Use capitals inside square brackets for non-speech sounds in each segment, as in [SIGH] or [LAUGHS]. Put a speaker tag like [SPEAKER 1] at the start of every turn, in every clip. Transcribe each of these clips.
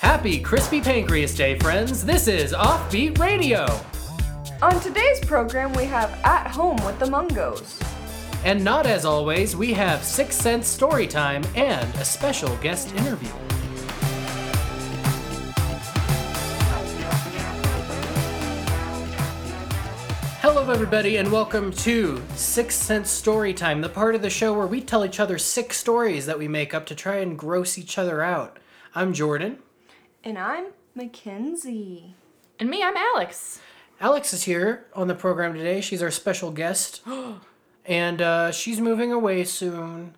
[SPEAKER 1] Happy Crispy Pancreas Day, friends! This is Offbeat Radio!
[SPEAKER 2] On today's program, we have At Home with the Mungos.
[SPEAKER 1] And not as always, we have Six Sense story time and a special guest interview. Hello, everybody, and welcome to Six Sense Story Time, the part of the show where we tell each other six stories that we make up to try and gross each other out. I'm Jordan.
[SPEAKER 2] And I'm Mackenzie.
[SPEAKER 3] And me, I'm Alex.
[SPEAKER 1] Alex is here on the program today. She's our special guest, and uh, she's moving away soon.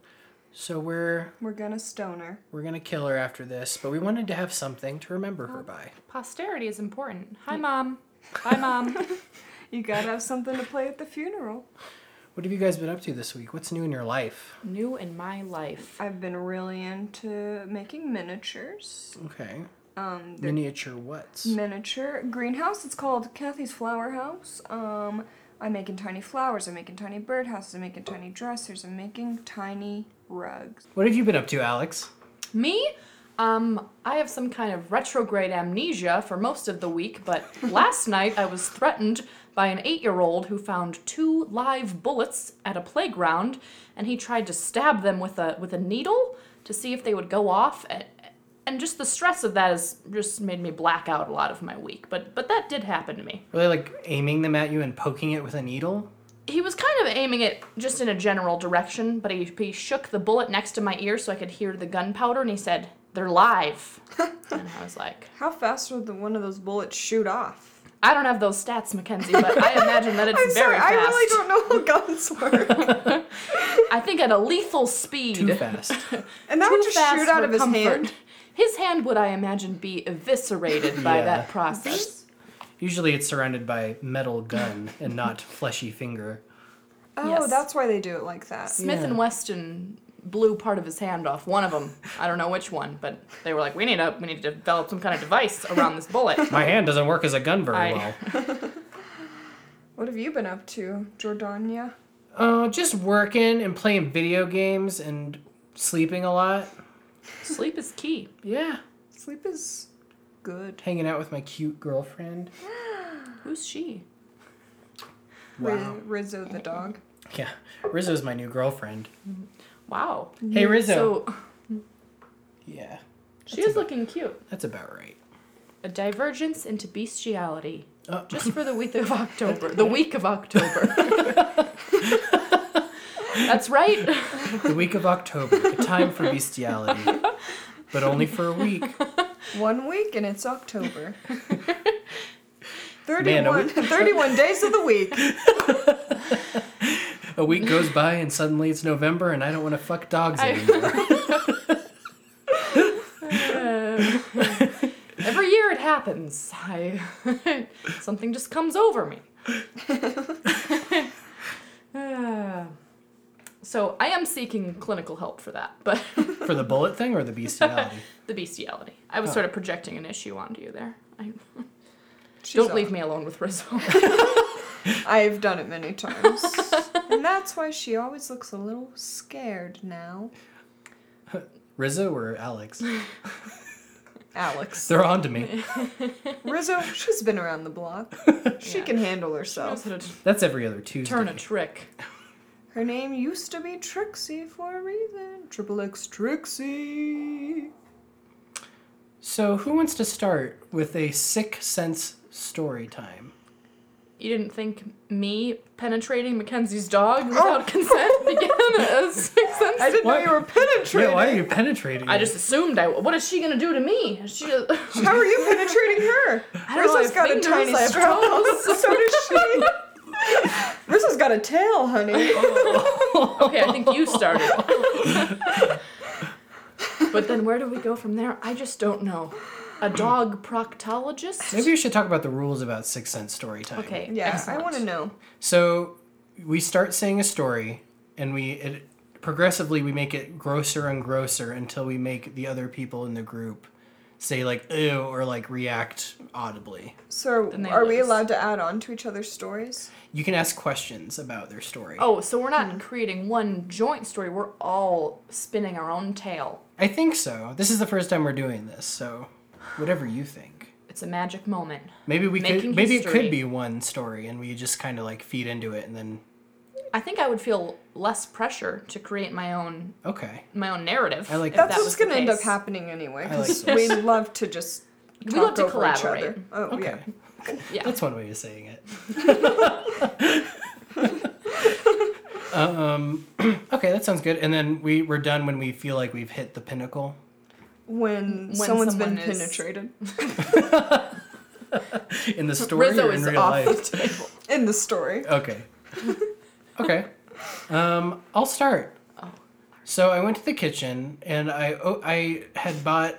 [SPEAKER 1] So we're
[SPEAKER 2] We're gonna stone her.
[SPEAKER 1] we're gonna kill her after this, but we wanted to have something to remember her by.
[SPEAKER 3] Posterity is important. Hi, Mom. Hi, Mom. [LAUGHS]
[SPEAKER 2] You gotta have something to play at the funeral.
[SPEAKER 1] What have you guys been up to this week? What's new in your life?
[SPEAKER 3] New in my life.
[SPEAKER 2] I've been really into making miniatures.
[SPEAKER 1] Okay,
[SPEAKER 2] Um, they're
[SPEAKER 1] miniature what's?
[SPEAKER 2] miniature greenhouse. It's called Kathy's Flower House. Um, I'm making tiny flowers. I'm making tiny birdhouses. I'm making tiny dressers. I'm making tiny rugs.
[SPEAKER 1] What have you been up to, Alex?
[SPEAKER 3] Me? Um, I have some kind of retrograde amnesia for most of the week, [LAUGHS] but last night I was threatened by an eight year old who found two live bullets at a playground and he tried to stab them with a, with a needle to see if they would go off. a- And just the stress of that has just made me black out a lot of my week, but, but that did happen to me.
[SPEAKER 1] Were they like aiming them at you and poking it with a needle?
[SPEAKER 3] he was kind of aiming it just in a general direction, but he, he shook the bullet next to my ear so I could hear the gunpowder, and he said,
[SPEAKER 2] [LAUGHS]
[SPEAKER 3] "They're live." and I was like,
[SPEAKER 2] How fast would the one of those bullets shoot off?
[SPEAKER 3] "I don't have those stats, Mackenzie, but I
[SPEAKER 2] [LAUGHS]
[SPEAKER 3] imagine that it's
[SPEAKER 2] I'm sorry,
[SPEAKER 3] very fast.
[SPEAKER 2] I really don't know how
[SPEAKER 3] [LAUGHS]
[SPEAKER 2] guns work.
[SPEAKER 3] I think at a lethal speed,
[SPEAKER 1] Too fast.
[SPEAKER 2] And that
[SPEAKER 3] Too
[SPEAKER 2] would just
[SPEAKER 3] fast
[SPEAKER 2] shoot out
[SPEAKER 3] for
[SPEAKER 2] of his
[SPEAKER 3] comfort.
[SPEAKER 2] hand.
[SPEAKER 3] [LAUGHS] His hand would, I imagine, be eviscerated by
[SPEAKER 1] Yeah.
[SPEAKER 3] that process.
[SPEAKER 1] Usually, it's surrounded by metal gun and not fleshy finger.
[SPEAKER 2] Oh,
[SPEAKER 3] Yes.
[SPEAKER 2] that's why they do it like that.
[SPEAKER 3] Smith
[SPEAKER 1] Yeah.
[SPEAKER 3] and Weston blew part of his hand off. One of them, I don't know which one, but they were like, "We need a, we need to develop some kind of device around this
[SPEAKER 2] [LAUGHS]
[SPEAKER 3] bullet."
[SPEAKER 1] My hand doesn't work as a gun very
[SPEAKER 3] I-
[SPEAKER 1] well.
[SPEAKER 2] What have you been up to, Jordania?
[SPEAKER 1] Uh, just working and playing video games and sleeping a lot.
[SPEAKER 3] Sleep is key.
[SPEAKER 1] Yeah.
[SPEAKER 2] Sleep is good.
[SPEAKER 1] Hanging out with my cute girlfriend.
[SPEAKER 3] Who's she?
[SPEAKER 2] Ri-
[SPEAKER 1] Wow.
[SPEAKER 2] Rizzo the dog.
[SPEAKER 1] Yeah. Rizzo's my new girlfriend.
[SPEAKER 3] Wow.
[SPEAKER 1] Hey, Rizzo.
[SPEAKER 3] So
[SPEAKER 1] yeah.
[SPEAKER 3] She is looking cute.
[SPEAKER 1] That's about right.
[SPEAKER 3] A divergence into bestiality.
[SPEAKER 1] Oh.
[SPEAKER 3] Just for the week of October. [LAUGHS] The week of October. [LAUGHS] That's right.
[SPEAKER 1] The week of October, a time for bestiality, but only for a week.
[SPEAKER 2] One week and it's October.
[SPEAKER 1] [LAUGHS] Man, are [LAUGHS]
[SPEAKER 2] 31,
[SPEAKER 1] we-
[SPEAKER 2] 31 days of the week.
[SPEAKER 1] A week goes by and suddenly it's November and I don't want to fuck dogs
[SPEAKER 3] I-
[SPEAKER 1] anymore.
[SPEAKER 3] Uh, [LAUGHS] every year it happens. I [LAUGHS] something just comes over [LAUGHS] me. Uh, so I am seeking clinical help for that, but
[SPEAKER 1] for the bullet thing or the bestiality?
[SPEAKER 3] the bestiality. I was
[SPEAKER 1] Oh.
[SPEAKER 3] sort of projecting an issue onto you there. I,
[SPEAKER 2] She's
[SPEAKER 3] don't
[SPEAKER 2] off.
[SPEAKER 3] leave me alone with Rizzo.
[SPEAKER 2] [LAUGHS] I've done it
[SPEAKER 1] [LAUGHS]
[SPEAKER 2] many times. and that's why she always looks a little scared now.
[SPEAKER 1] Rizzo or Alex?
[SPEAKER 2] Alex.
[SPEAKER 1] They're on to me.
[SPEAKER 2] Rizzo, she's been around
[SPEAKER 1] [LAUGHS]
[SPEAKER 2] the block. She
[SPEAKER 3] Yeah.
[SPEAKER 2] can handle
[SPEAKER 3] I
[SPEAKER 2] herself.
[SPEAKER 3] was gonna t-
[SPEAKER 1] That's every other Tuesday.
[SPEAKER 3] turn a trick.
[SPEAKER 2] Her name used to be Trixie for a reason. Triple X Trixie.
[SPEAKER 1] So, who wants to start with a sick sense story time?
[SPEAKER 3] You didn't think me penetrating Mackenzie's dog
[SPEAKER 2] [LAUGHS]
[SPEAKER 3] without consent began as sixth sense?
[SPEAKER 2] Oh. I
[SPEAKER 3] I,
[SPEAKER 2] didn't
[SPEAKER 1] What?
[SPEAKER 2] know you were penetrating.
[SPEAKER 1] Yeah, why are you penetrating? me?
[SPEAKER 3] just assumed I. What is she gonna do to me? Is [LAUGHS] She. I
[SPEAKER 2] How are you penetrating her?
[SPEAKER 3] don't know, I
[SPEAKER 2] Rizzo's
[SPEAKER 3] have
[SPEAKER 2] got
[SPEAKER 3] fingers,
[SPEAKER 2] a tiny
[SPEAKER 3] I have
[SPEAKER 2] strap. [LAUGHS]
[SPEAKER 3] toes.
[SPEAKER 2] so does she.
[SPEAKER 3] [LAUGHS]
[SPEAKER 2] Rizzo's got a tail, honey.
[SPEAKER 3] Oh, okay, I think
[SPEAKER 2] [LAUGHS]
[SPEAKER 3] you started. but then where do we go from there? I just don't know. A dog proctologist.
[SPEAKER 1] Maybe we should talk about the rules about six sense story time.
[SPEAKER 3] Okay.
[SPEAKER 2] Yeah, I
[SPEAKER 3] excellent.
[SPEAKER 2] want to know.
[SPEAKER 1] So we start saying a story, and we it, progressively we make it grosser and grosser until we make the other people in the group say like ew or like react audibly.
[SPEAKER 2] So,
[SPEAKER 3] Then they
[SPEAKER 2] are we
[SPEAKER 3] lose.
[SPEAKER 2] allowed to add on to each other's stories?
[SPEAKER 1] You can ask questions about their story.
[SPEAKER 3] Oh, so we're
[SPEAKER 2] Hmm.
[SPEAKER 3] not creating one joint story. We're all spinning our own tale.
[SPEAKER 1] I think so. This is the first time we're doing this, so Whatever you think.
[SPEAKER 3] It's a magic moment.
[SPEAKER 1] Maybe we
[SPEAKER 3] Making
[SPEAKER 1] could. Maybe it
[SPEAKER 3] history.
[SPEAKER 1] could be one story, and we just kind of like feed into it, and then
[SPEAKER 3] I think I would feel less pressure to create my own
[SPEAKER 1] okay.
[SPEAKER 3] my own narrative.
[SPEAKER 1] I like
[SPEAKER 3] if
[SPEAKER 1] that.
[SPEAKER 2] That's
[SPEAKER 3] that
[SPEAKER 2] what's
[SPEAKER 3] was the
[SPEAKER 2] going to end up
[SPEAKER 3] case.
[SPEAKER 2] happening anyway.
[SPEAKER 1] I like
[SPEAKER 2] 'cause
[SPEAKER 1] this.
[SPEAKER 2] we love to just
[SPEAKER 3] We
[SPEAKER 2] talk
[SPEAKER 3] love to
[SPEAKER 2] over each
[SPEAKER 3] collaborate.
[SPEAKER 2] other. Oh
[SPEAKER 1] Okay,
[SPEAKER 2] yeah.
[SPEAKER 3] Yeah.
[SPEAKER 1] that's one way of saying it.
[SPEAKER 3] [LAUGHS]
[SPEAKER 1] um, [CLEARS THROAT] okay, that sounds good. And then we we're done when we feel like we've hit the pinnacle.
[SPEAKER 2] When,
[SPEAKER 3] When
[SPEAKER 2] someone's been
[SPEAKER 3] someone is-
[SPEAKER 2] penetrated
[SPEAKER 1] in the story
[SPEAKER 3] Rizzo
[SPEAKER 1] or in
[SPEAKER 3] is
[SPEAKER 1] real
[SPEAKER 3] off
[SPEAKER 1] life?
[SPEAKER 3] the table.
[SPEAKER 2] in the story.
[SPEAKER 3] [LAUGHS]
[SPEAKER 1] Okay. okay. Um, I'll start.
[SPEAKER 3] Oh,
[SPEAKER 1] So I went to the kitchen and I oh, I had bought.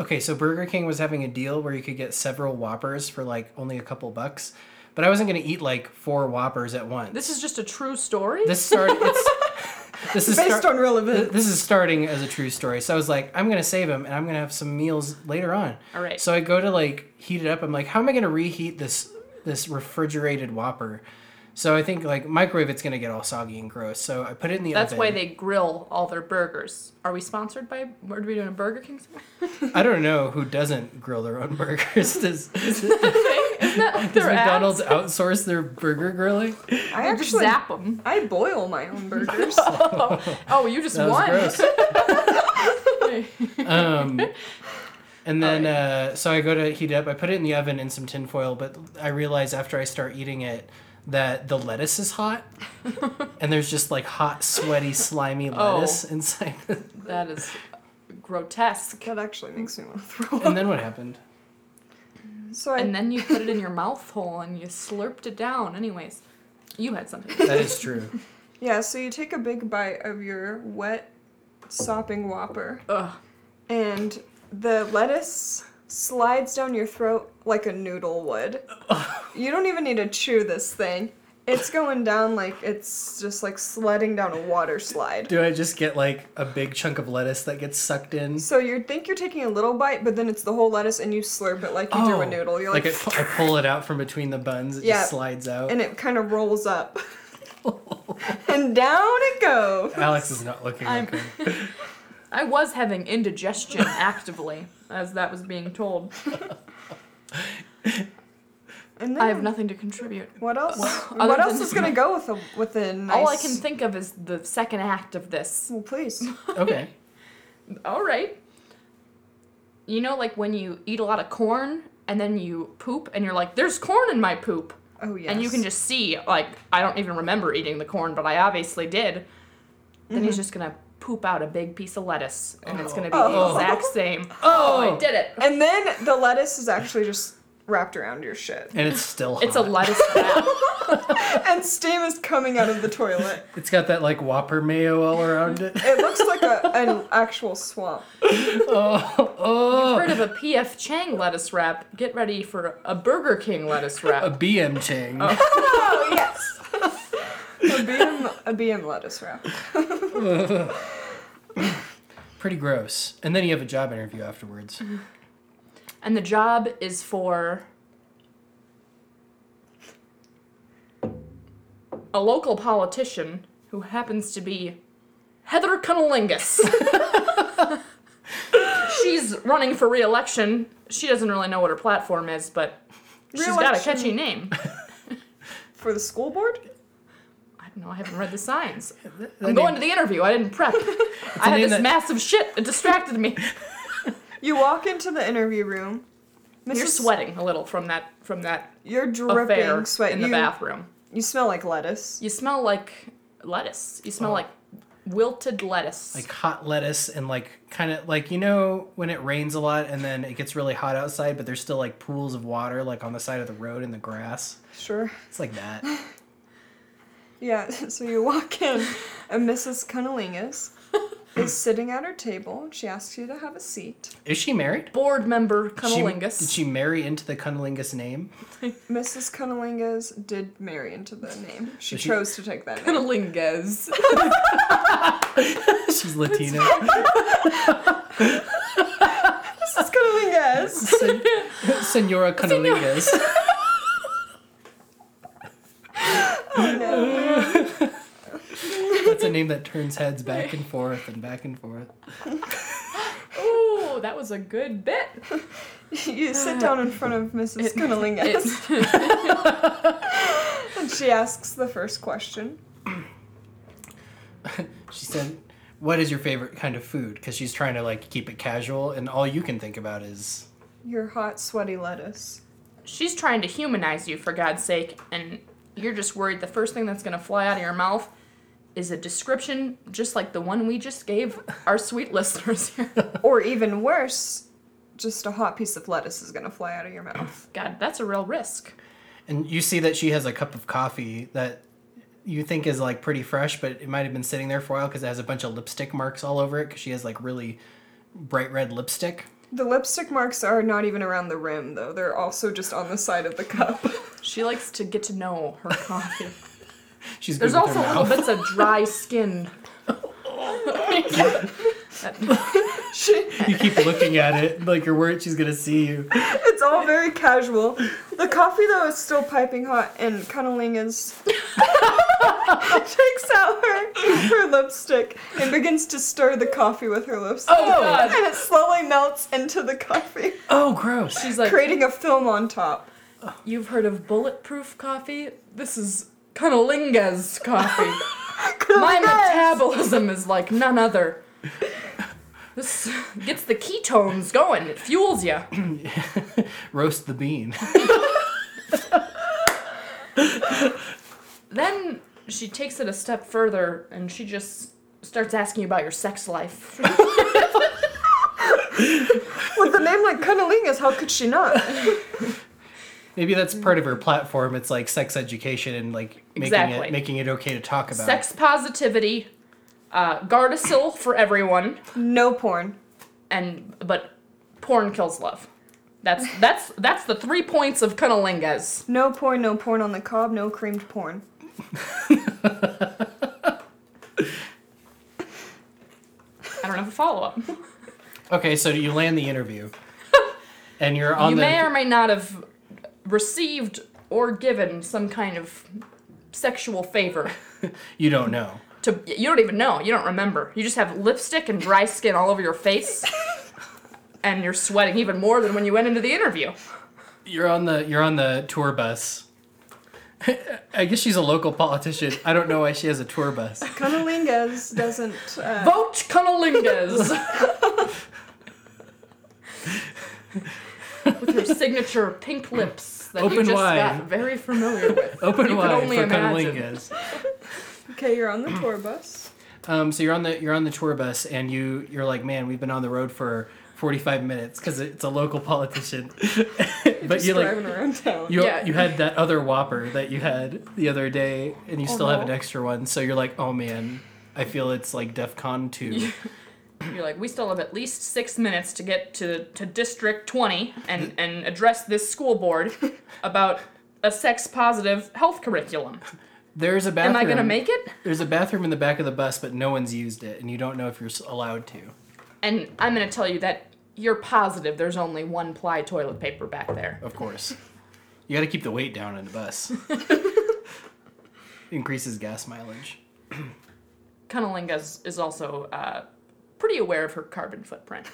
[SPEAKER 1] Okay, so Burger King was having a deal where you could get several Whoppers for like only a couple bucks, but I wasn't gonna eat like four Whoppers at once.
[SPEAKER 3] This is just a true story.
[SPEAKER 1] this started.
[SPEAKER 3] [LAUGHS]
[SPEAKER 1] It's, this is
[SPEAKER 2] Based
[SPEAKER 1] start-
[SPEAKER 2] on real events.
[SPEAKER 1] this is starting as a true story. So I was like, I'm gonna save them and I'm gonna have some meals later on.
[SPEAKER 3] All right.
[SPEAKER 1] So I go to like heat it up. I'm like, how am I gonna reheat this this refrigerated Whopper? So I think like microwave, it's gonna get all soggy and gross. So I put it in the
[SPEAKER 3] That's
[SPEAKER 1] oven.
[SPEAKER 3] why they grill all their burgers. Are we sponsored by? Are we doing a
[SPEAKER 1] [LAUGHS]
[SPEAKER 3] Burger King?
[SPEAKER 1] I don't know who doesn't grill their own [LAUGHS] burgers. Does, does
[SPEAKER 3] Isn't that their ads?
[SPEAKER 1] McDonald's outsource their burger grilling?
[SPEAKER 2] I
[SPEAKER 3] Just
[SPEAKER 2] actually
[SPEAKER 3] zap them.
[SPEAKER 2] I boil my own burgers.
[SPEAKER 3] [LAUGHS] Oh, you just
[SPEAKER 1] That was
[SPEAKER 3] won. [LAUGHS]
[SPEAKER 1] gross. um, and then uh, so I go to heat it up. I put it in the oven in some tin foil, but I realize after I start eating it that the lettuce is hot, and there's just like hot, sweaty, slimy
[SPEAKER 3] Oh.
[SPEAKER 1] lettuce inside. The...
[SPEAKER 3] That is grotesque.
[SPEAKER 2] that actually makes me want to throw up.
[SPEAKER 1] And then what happened?
[SPEAKER 2] So I
[SPEAKER 3] And then you put it in your mouth hole and you slurped it down. Anyways, you had something.
[SPEAKER 1] That is true.
[SPEAKER 2] Yeah, so you take a big bite of your wet, sopping whopper,
[SPEAKER 3] Ugh.
[SPEAKER 2] and the lettuce slides down your throat like a noodle [LAUGHS] would. you don't even need to chew this thing. It's going down like it's just like sledding down a water slide.
[SPEAKER 1] Do I just get like a big chunk of lettuce that gets sucked in?
[SPEAKER 2] So you think you're taking a little bite, but then it's the whole lettuce, and you slurp it like you do a noodle. You're Oh, like,
[SPEAKER 1] Oh. I pu- I pull it out from between the buns. It
[SPEAKER 2] Yeah.
[SPEAKER 1] just slides out.
[SPEAKER 2] and it kind of rolls up, [LAUGHS] and down it goes.
[SPEAKER 1] [LAUGHS] Alex is not looking.
[SPEAKER 3] I'm-
[SPEAKER 1] okay.
[SPEAKER 3] I was having indigestion actively as that was being told.
[SPEAKER 2] And then
[SPEAKER 3] I have nothing to contribute.
[SPEAKER 2] What else?
[SPEAKER 3] [LAUGHS] other
[SPEAKER 2] what else
[SPEAKER 3] than-
[SPEAKER 2] is
[SPEAKER 3] [LAUGHS]
[SPEAKER 2] gonna go with a with a nice?
[SPEAKER 3] All I can think of is the second act of this.
[SPEAKER 2] Well, please.
[SPEAKER 1] okay.
[SPEAKER 3] All right. You know, like when you eat a lot of corn and then you poop and you're like, there's corn in my poop.
[SPEAKER 2] Oh yes.
[SPEAKER 3] And you can just see, like, I don't even remember eating the corn, but I obviously did. Then he's just gonna poop out a big piece of lettuce and it's gonna be the
[SPEAKER 2] Oh.
[SPEAKER 3] [LAUGHS] exact same.
[SPEAKER 1] Oh.
[SPEAKER 3] I did it.
[SPEAKER 2] And then the lettuce is actually just wrapped around your
[SPEAKER 3] [LAUGHS]
[SPEAKER 2] shit,
[SPEAKER 1] And it's still hot.
[SPEAKER 3] It's a lettuce [LAUGHS] wrap.
[SPEAKER 2] and steam is coming out of the toilet.
[SPEAKER 1] It's got that like Whopper mayo all around it.
[SPEAKER 2] It looks like a, an actual swamp.
[SPEAKER 1] Oh, oh,
[SPEAKER 3] Heard of a PF Chang lettuce wrap? Get ready for a Burger King [LAUGHS] lettuce
[SPEAKER 1] a
[SPEAKER 3] wrap.
[SPEAKER 1] BM Chang.
[SPEAKER 2] Oh yes. a BM a BM lettuce wrap.
[SPEAKER 1] Pretty gross. And then you have a job interview afterwards.
[SPEAKER 3] And the job is for a local politician who happens to be Heather
[SPEAKER 1] [LAUGHS]
[SPEAKER 3] Cunnilingus. She's running for re-election. She doesn't really know what her platform is, but she's got a
[SPEAKER 2] Re-election.
[SPEAKER 3] catchy name.
[SPEAKER 2] For the school board?
[SPEAKER 3] I don't know. I haven't read
[SPEAKER 1] [LAUGHS]
[SPEAKER 3] the signs.
[SPEAKER 1] The
[SPEAKER 3] I'm
[SPEAKER 1] name-
[SPEAKER 3] going to the interview. I
[SPEAKER 1] [LAUGHS]
[SPEAKER 3] didn't prep. I had
[SPEAKER 1] name
[SPEAKER 3] this
[SPEAKER 1] that-
[SPEAKER 3] massive shit. It
[SPEAKER 1] [LAUGHS]
[SPEAKER 3] distracted me.
[SPEAKER 2] You walk into the interview room. Mrs.
[SPEAKER 3] You're sweating a little from that from that
[SPEAKER 2] You're dripping
[SPEAKER 3] affair
[SPEAKER 2] sweat.
[SPEAKER 3] in the
[SPEAKER 2] you,
[SPEAKER 3] bathroom.
[SPEAKER 2] you smell like lettuce.
[SPEAKER 3] You smell like lettuce. You smell
[SPEAKER 1] Oh.
[SPEAKER 3] like wilted lettuce.
[SPEAKER 1] Like hot lettuce and like kind of like you know when it rains a lot and then it gets really hot outside, but there's still like pools of water like on the side of the road in the grass.
[SPEAKER 2] Sure.
[SPEAKER 1] It's like that.
[SPEAKER 2] Yeah, [LAUGHS] so you walk in, and Mrs.
[SPEAKER 3] [LAUGHS]
[SPEAKER 2] Cunnilingus is sitting at her table, and she asks you to have a seat.
[SPEAKER 1] Is she married?
[SPEAKER 3] board member
[SPEAKER 1] She-
[SPEAKER 3] cunnilingus.
[SPEAKER 1] did she marry into the cunnilingus name?
[SPEAKER 2] Mrs. Cunnilingus did marry into the name. She
[SPEAKER 1] Did she-
[SPEAKER 2] chose to take [LAUGHS] that name.
[SPEAKER 3] [LAUGHS] cunnilingus?
[SPEAKER 1] [LAUGHS] She's Latina.
[SPEAKER 2] Mrs. [LAUGHS] Cunnilingus!
[SPEAKER 1] Sen- Senora cunnilingus. That's a name that turns heads back and forth and back and forth.
[SPEAKER 3] Ooh, Whoa, that was a good bit.
[SPEAKER 2] you sit down in front of Mrs. Cunnilingus. [LAUGHS] and she asks the first question.
[SPEAKER 1] She said, "What is your favorite kind of food?" Because she's trying to like keep it casual, and all you can think about is
[SPEAKER 2] Your hot, sweaty lettuce.
[SPEAKER 3] [LAUGHS] She's trying to humanize you, for God's sake, and you're just worried the first thing that's going to fly out of your mouth is a description just like the one we just gave our sweet [LAUGHS] listeners here.
[SPEAKER 2] Or even worse, just a hot piece of lettuce is gonna fly out of your mouth.
[SPEAKER 3] God, that's a real risk.
[SPEAKER 1] and you see that she has a cup of coffee that you think is like pretty fresh, but it might have been sitting there for a while because it has a bunch of lipstick marks all over it because she has like really bright red lipstick.
[SPEAKER 2] The lipstick marks are not even around the rim, though. They're also just on the side of the cup. [LAUGHS]
[SPEAKER 3] She likes to get to know her coffee.
[SPEAKER 1] [LAUGHS] She's good
[SPEAKER 3] There's
[SPEAKER 1] with her
[SPEAKER 3] also little
[SPEAKER 1] mouth.
[SPEAKER 3] bits of dry skin.
[SPEAKER 1] [LAUGHS]
[SPEAKER 3] [LAUGHS]
[SPEAKER 2] she,
[SPEAKER 1] you keep looking at it like you're worried she's gonna see you.
[SPEAKER 2] it's all very casual. The coffee, though, is still piping hot, and Cunniling is.
[SPEAKER 3] [LAUGHS]
[SPEAKER 2] [LAUGHS] takes out her, her lipstick and begins to stir the coffee with her lipstick.
[SPEAKER 3] Oh, God.
[SPEAKER 2] And it slowly melts into the coffee,
[SPEAKER 1] Oh, gross!
[SPEAKER 3] She's like,
[SPEAKER 2] creating a film on top.
[SPEAKER 3] You've heard of bulletproof coffee? This is Cunnilinga's coffee. My metabolism is like none other. This gets the ketones going. It fuels you.
[SPEAKER 1] Roast the bean.
[SPEAKER 3] Then she takes it a step further and she just starts asking you about your sex life.
[SPEAKER 2] With a name like Cunnilingus, how could she not?
[SPEAKER 1] Maybe that's part of her platform. It's like sex education and like making
[SPEAKER 3] Exactly.
[SPEAKER 1] it making it okay to talk about.
[SPEAKER 3] Sex positivity, uh, Gardasil for everyone,
[SPEAKER 2] No porn.
[SPEAKER 3] and but porn kills love. That's that's that's the three points of Cunnilinga's.
[SPEAKER 2] No porn, no porn on the cob, no creamed porn.
[SPEAKER 3] I don't have a follow up.
[SPEAKER 1] It. Okay, so you land the
[SPEAKER 3] [LAUGHS]
[SPEAKER 1] interview, and you're on
[SPEAKER 3] you
[SPEAKER 1] the.
[SPEAKER 3] may or may not have received or given some kind of sexual favor
[SPEAKER 1] you don't know.
[SPEAKER 3] to you don't even know you don't remember you just have lipstick and dry skin all over your face and you're sweating even more than when you went into the interview
[SPEAKER 1] You're on the you're on the tour bus. [LAUGHS] I guess she's a local politician. I don't know why she has a tour
[SPEAKER 3] [LAUGHS]
[SPEAKER 1] bus.
[SPEAKER 2] Cunnilingus doesn't. Uh,
[SPEAKER 3] vote cunnilingus with her signature pink lips that you
[SPEAKER 1] Open
[SPEAKER 3] just
[SPEAKER 1] wide.
[SPEAKER 3] got very familiar with
[SPEAKER 1] Open
[SPEAKER 3] You could
[SPEAKER 1] wide
[SPEAKER 3] only
[SPEAKER 1] for
[SPEAKER 3] imagine.
[SPEAKER 1] Cunnilingus.
[SPEAKER 2] okay, you're on the tour bus.
[SPEAKER 1] Um, so you're on the you're on the tour bus, and you you're like, man, we've been on the road for 45 minutes because it's a local politician. [LAUGHS] but
[SPEAKER 2] just
[SPEAKER 1] you like
[SPEAKER 2] driving around town.
[SPEAKER 1] You,
[SPEAKER 3] Yeah.
[SPEAKER 1] you had that other Whopper that you had the other day, and you
[SPEAKER 3] Oh,
[SPEAKER 1] still have
[SPEAKER 2] no.
[SPEAKER 1] an extra one. So you're like, oh man, I feel it's like DEF CON 2.
[SPEAKER 3] You're like, we still have at least six minutes to get to, to District 20 and, and address this school [LAUGHS] board about a sex positive health curriculum.
[SPEAKER 1] There's a bathroom.
[SPEAKER 3] Am I going to make it?
[SPEAKER 1] There's a bathroom in the back of the bus, but no one's used it, and you don't know if you're s- allowed to.
[SPEAKER 3] And I'm going to tell you that you're positive there's only one ply toilet paper back there.
[SPEAKER 1] Of course, you got to keep the weight down in the
[SPEAKER 3] [LAUGHS]
[SPEAKER 1] bus. Increases gas mileage.
[SPEAKER 3] Cunnilingus is, is also uh, pretty aware of her carbon footprint.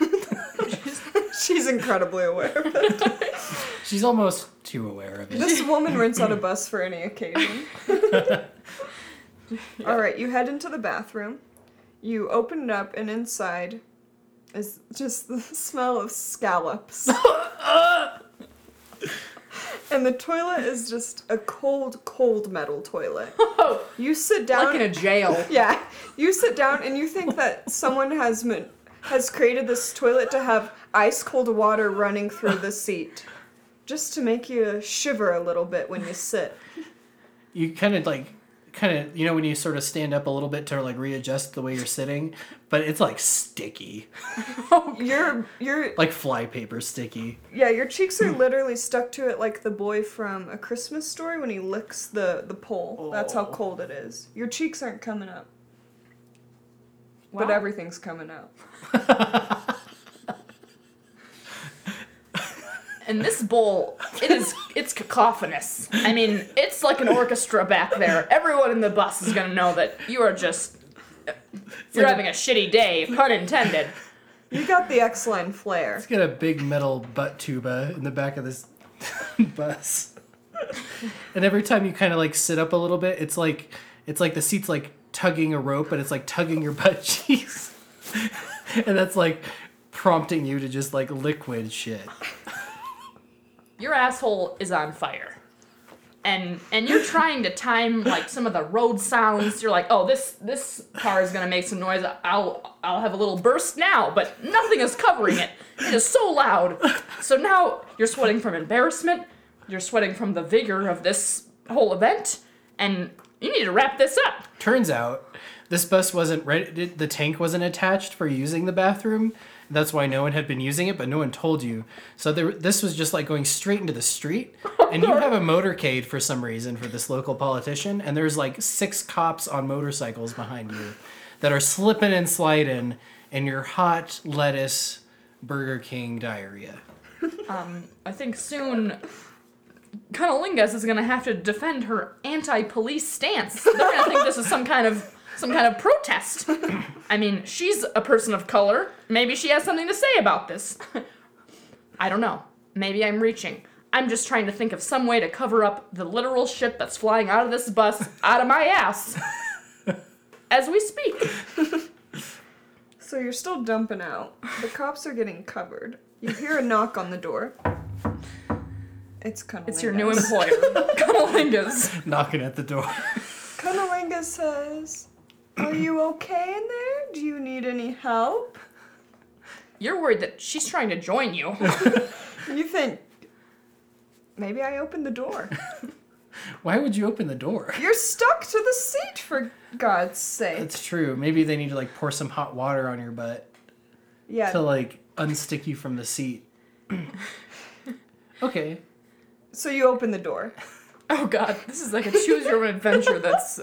[SPEAKER 2] She's incredibly aware. of it.
[SPEAKER 1] She's almost too aware of it.
[SPEAKER 2] This woman rents out a bus for any occasion. All right, you head into the bathroom. You open it up, and inside is just the smell of scallops. and the toilet is just a cold, cold metal toilet. You sit down.
[SPEAKER 3] like in a jail.
[SPEAKER 2] Yeah, you sit down and you think that someone has ma- has created this toilet to have ice cold water running through the seat, just to make you shiver a little bit when you sit.
[SPEAKER 1] You kind of like, kind of, you know, when you sort of stand up a little bit to like readjust the way you're sitting, but it's like sticky,
[SPEAKER 2] Your your
[SPEAKER 1] like flypaper sticky.
[SPEAKER 2] yeah, your cheeks are literally stuck to it like the boy from A Christmas Story when he licks the the pole. That's how
[SPEAKER 1] Oh.
[SPEAKER 2] cold it is. Your cheeks aren't coming up, but
[SPEAKER 3] Wow.
[SPEAKER 2] everything's coming up.
[SPEAKER 3] And this bowl, it is it's cacophonous. I mean, it's like an orchestra back there. Everyone in the bus is gonna know that you are just you're having a shitty day, pun intended.
[SPEAKER 2] You got the X line flair.
[SPEAKER 1] Let's get a big metal butt tuba in the back of this [LAUGHS] bus. and every time you kind of like sit up a little bit, it's like it's like the seat's like tugging a rope, but it's like tugging your butt [LAUGHS] cheeks. and that's like prompting you to just like liquid shit.
[SPEAKER 3] your asshole is on fire. And and you're trying to time like some of the road sounds. You're like, oh, this this car is gonna make some noise. I'll I'll have a little burst now, but nothing is covering it. It is so loud. So now you're sweating from embarrassment. You're sweating from the vigor of this whole event, and you need to wrap this up.
[SPEAKER 1] Turns out this bus wasn't ready. The tank wasn't attached for using the bathroom. That's why no one had been using it, but no one told you. So there, this was just like going straight into the street. And you have a motorcade for some reason for this local politician, and there's like six cops on motorcycles behind you that are slipping and sliding in your hot lettuce Burger King diarrhea.
[SPEAKER 3] I think soon Cunnilingus is gonna have to defend her anti-police stance. They're gonna think this is some kind of some kind of protest. I mean, she's a person of color. Maybe she has something to say about this. I don't know. Maybe I'm reaching. I'm just trying to think of some way to cover up the literal shit that's flying out of this bus out of my ass. As we speak.
[SPEAKER 2] So you're still dumping out. The cops are getting covered. You hear a knock on the door. It's Cunnilingus.
[SPEAKER 3] It's your new employer, Cunnilingus.
[SPEAKER 1] Knocking at the door. [LAUGHS]
[SPEAKER 2] Cunnilingus says, Are you okay in there? Do you need any help?
[SPEAKER 3] You're worried that she's trying to join you.
[SPEAKER 2] You think, Maybe I opened the door.
[SPEAKER 1] Why would you open the door?
[SPEAKER 2] You're stuck to the seat, for God's sake.
[SPEAKER 1] That's true. Maybe they need to like pour some hot water on your butt
[SPEAKER 2] yeah.
[SPEAKER 1] to like unstick you from the seat. okay.
[SPEAKER 2] So you open the door.
[SPEAKER 3] Oh god, this is like a choose your own
[SPEAKER 2] [LAUGHS]
[SPEAKER 3] adventure that's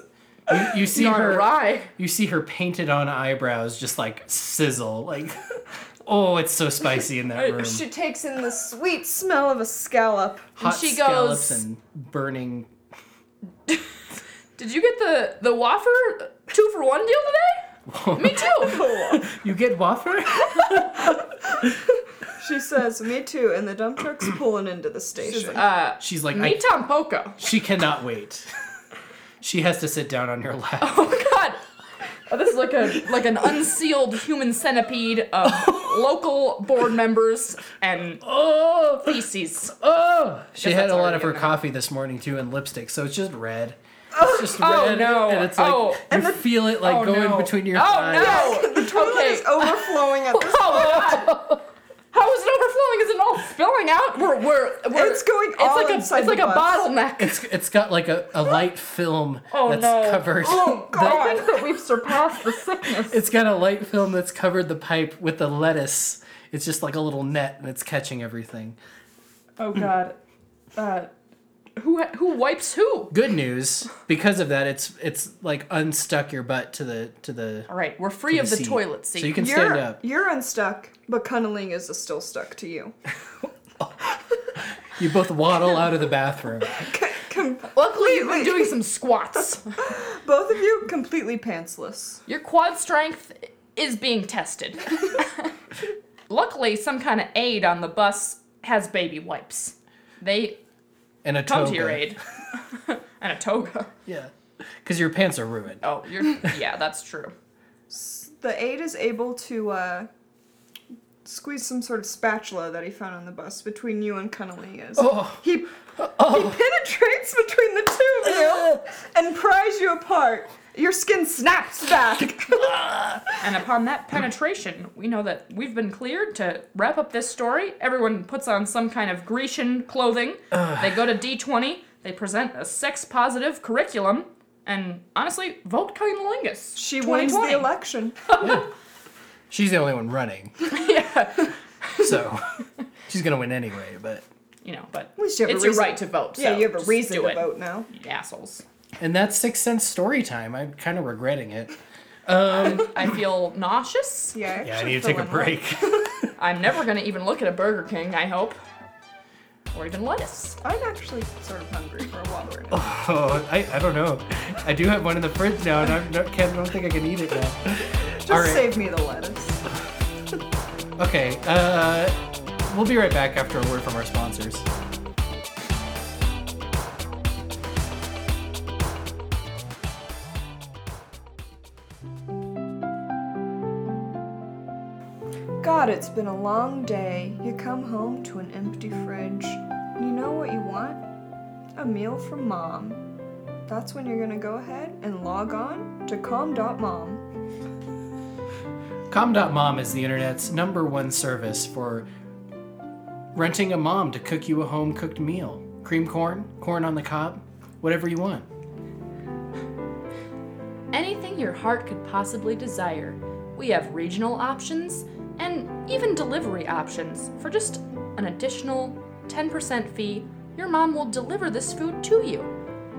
[SPEAKER 1] You, you see
[SPEAKER 3] not
[SPEAKER 1] her
[SPEAKER 3] awry.
[SPEAKER 1] You see her painted on eyebrows just like sizzle. Like, [LAUGHS] oh, it's so spicy in that room.
[SPEAKER 2] She takes in the sweet smell of a scallop.
[SPEAKER 1] Hot
[SPEAKER 3] she
[SPEAKER 1] scallops
[SPEAKER 3] goes-
[SPEAKER 1] and burning. [LAUGHS]
[SPEAKER 3] Did you get the the wafer two for one deal today?
[SPEAKER 2] [LAUGHS]
[SPEAKER 3] Me too.
[SPEAKER 1] you get wafer?
[SPEAKER 2] She says, Me too, and the dump truck's pulling into the
[SPEAKER 3] She's,
[SPEAKER 2] station.
[SPEAKER 3] uh,
[SPEAKER 1] She's like,
[SPEAKER 3] me
[SPEAKER 1] I,
[SPEAKER 3] tampoco.
[SPEAKER 1] she cannot wait. [LAUGHS] She has to sit down on your
[SPEAKER 3] [LAUGHS]
[SPEAKER 1] lap.
[SPEAKER 3] Oh god. Oh, this is like a like an unsealed human centipede
[SPEAKER 2] [LAUGHS]
[SPEAKER 3] of
[SPEAKER 2] Oh.
[SPEAKER 3] local board members and
[SPEAKER 1] Oh,
[SPEAKER 3] feces.
[SPEAKER 1] oh! She
[SPEAKER 3] Guess
[SPEAKER 1] had
[SPEAKER 3] that's
[SPEAKER 1] a lot
[SPEAKER 3] already
[SPEAKER 1] of her
[SPEAKER 3] in there. Oh,
[SPEAKER 1] coffee this morning too, and lipstick, so it's just red. It's just red,
[SPEAKER 3] no.
[SPEAKER 1] and it's like
[SPEAKER 3] Oh,
[SPEAKER 1] you
[SPEAKER 3] and
[SPEAKER 1] feel it like
[SPEAKER 3] oh,
[SPEAKER 1] going
[SPEAKER 3] no.
[SPEAKER 1] between your
[SPEAKER 3] Oh,
[SPEAKER 1] thighs.
[SPEAKER 3] no.
[SPEAKER 2] the toilet
[SPEAKER 3] okay.
[SPEAKER 2] is overflowing at this
[SPEAKER 3] Oh god. How is it overflowing? Is it all spilling out? We're we're, we're
[SPEAKER 2] It's going
[SPEAKER 3] it's
[SPEAKER 2] all
[SPEAKER 3] like a,
[SPEAKER 2] inside
[SPEAKER 3] It's
[SPEAKER 2] the
[SPEAKER 3] like a
[SPEAKER 2] bus.
[SPEAKER 3] bottleneck.
[SPEAKER 1] It's it's got like a, a light film
[SPEAKER 3] Oh,
[SPEAKER 1] that's
[SPEAKER 3] no.
[SPEAKER 1] covered.
[SPEAKER 2] Oh,
[SPEAKER 1] the-
[SPEAKER 2] God.
[SPEAKER 3] I think [LAUGHS] that we've surpassed the sickness.
[SPEAKER 1] It's got a light film that's covered the pipe with the lettuce. It's just like a little net and it's catching everything.
[SPEAKER 3] Oh God, uh, who who wipes who?
[SPEAKER 1] Good news, because of that, it's it's like unstuck your butt to the to the,
[SPEAKER 3] All right, we're free of the
[SPEAKER 1] seat.
[SPEAKER 3] toilet seat.
[SPEAKER 1] So you can stand
[SPEAKER 2] You're,
[SPEAKER 1] up.
[SPEAKER 2] you're unstuck, but Cunnilingus is still stuck to you. [LAUGHS]
[SPEAKER 1] You both waddle out of the bathroom.
[SPEAKER 2] C- com-
[SPEAKER 3] Luckily, you've been
[SPEAKER 2] Wait, wait.
[SPEAKER 3] doing some [LAUGHS] squats.
[SPEAKER 2] both of you completely pantsless.
[SPEAKER 3] Your quad strength is being [LAUGHS] tested. Luckily, some kind of aide on the bus has baby wipes. They
[SPEAKER 1] And a
[SPEAKER 3] [LAUGHS] come
[SPEAKER 1] toga.
[SPEAKER 3] to your aid [LAUGHS] and a toga.
[SPEAKER 1] Yeah. Cuz your pants are ruined.
[SPEAKER 3] Oh, you're yeah, that's true.
[SPEAKER 2] The aide is able to uh, squeeze some sort of spatula that he found on the bus between you and Cunnilingus.
[SPEAKER 1] Oh.
[SPEAKER 2] He, he penetrates between the two of you
[SPEAKER 1] Ugh.
[SPEAKER 2] and pries you apart. Your skin snaps back.
[SPEAKER 3] And upon that penetration, we know that we've been cleared to wrap up this story. Everyone puts on some kind of Grecian clothing. They go to D20, they present a sex positive curriculum, and honestly, vote Cunnilingus.
[SPEAKER 2] she wins the
[SPEAKER 3] 2020.
[SPEAKER 2] election.
[SPEAKER 1] She's the only one running.
[SPEAKER 3] [LAUGHS] yeah.
[SPEAKER 1] So [LAUGHS] she's going to win anyway, but
[SPEAKER 3] You know, but
[SPEAKER 2] least you have a
[SPEAKER 3] it's your
[SPEAKER 2] reason-
[SPEAKER 3] right to vote.
[SPEAKER 2] yeah,
[SPEAKER 3] so
[SPEAKER 2] you have a
[SPEAKER 3] just
[SPEAKER 2] reason
[SPEAKER 3] do
[SPEAKER 2] to
[SPEAKER 3] it,
[SPEAKER 2] vote now.
[SPEAKER 3] you assholes.
[SPEAKER 1] and that's sixth sense story time. I'm kind of regretting it.
[SPEAKER 3] Um, I feel nauseous.
[SPEAKER 2] Yeah,
[SPEAKER 1] Yeah, I
[SPEAKER 2] should
[SPEAKER 1] need to
[SPEAKER 2] fill
[SPEAKER 1] take a
[SPEAKER 2] in more.
[SPEAKER 1] break.
[SPEAKER 3] I'm never gonna even look at a Burger King, I hope. Or even lettuce.
[SPEAKER 2] I'm actually sort of hungry for a while right now.
[SPEAKER 1] Oh, I, I don't know. I do have one in the fridge now, and I'm not, can't, I don't think I can eat it now.
[SPEAKER 2] Just save me the lettuce.
[SPEAKER 1] Okay, uh, we'll be right back after a word from our sponsors.
[SPEAKER 2] God, it's been a long day. You come home to an empty fridge. You know what you want? A meal from mom. That's when you're gonna go ahead and log on to com.mom.
[SPEAKER 1] Com.mom is the internet's number one service for renting a mom to cook you a home cooked meal. Cream corn, corn on the cob, whatever you want.
[SPEAKER 3] Anything your heart could possibly desire. We have regional options and even delivery options. For just an additional 10% fee, your mom will deliver this food to you.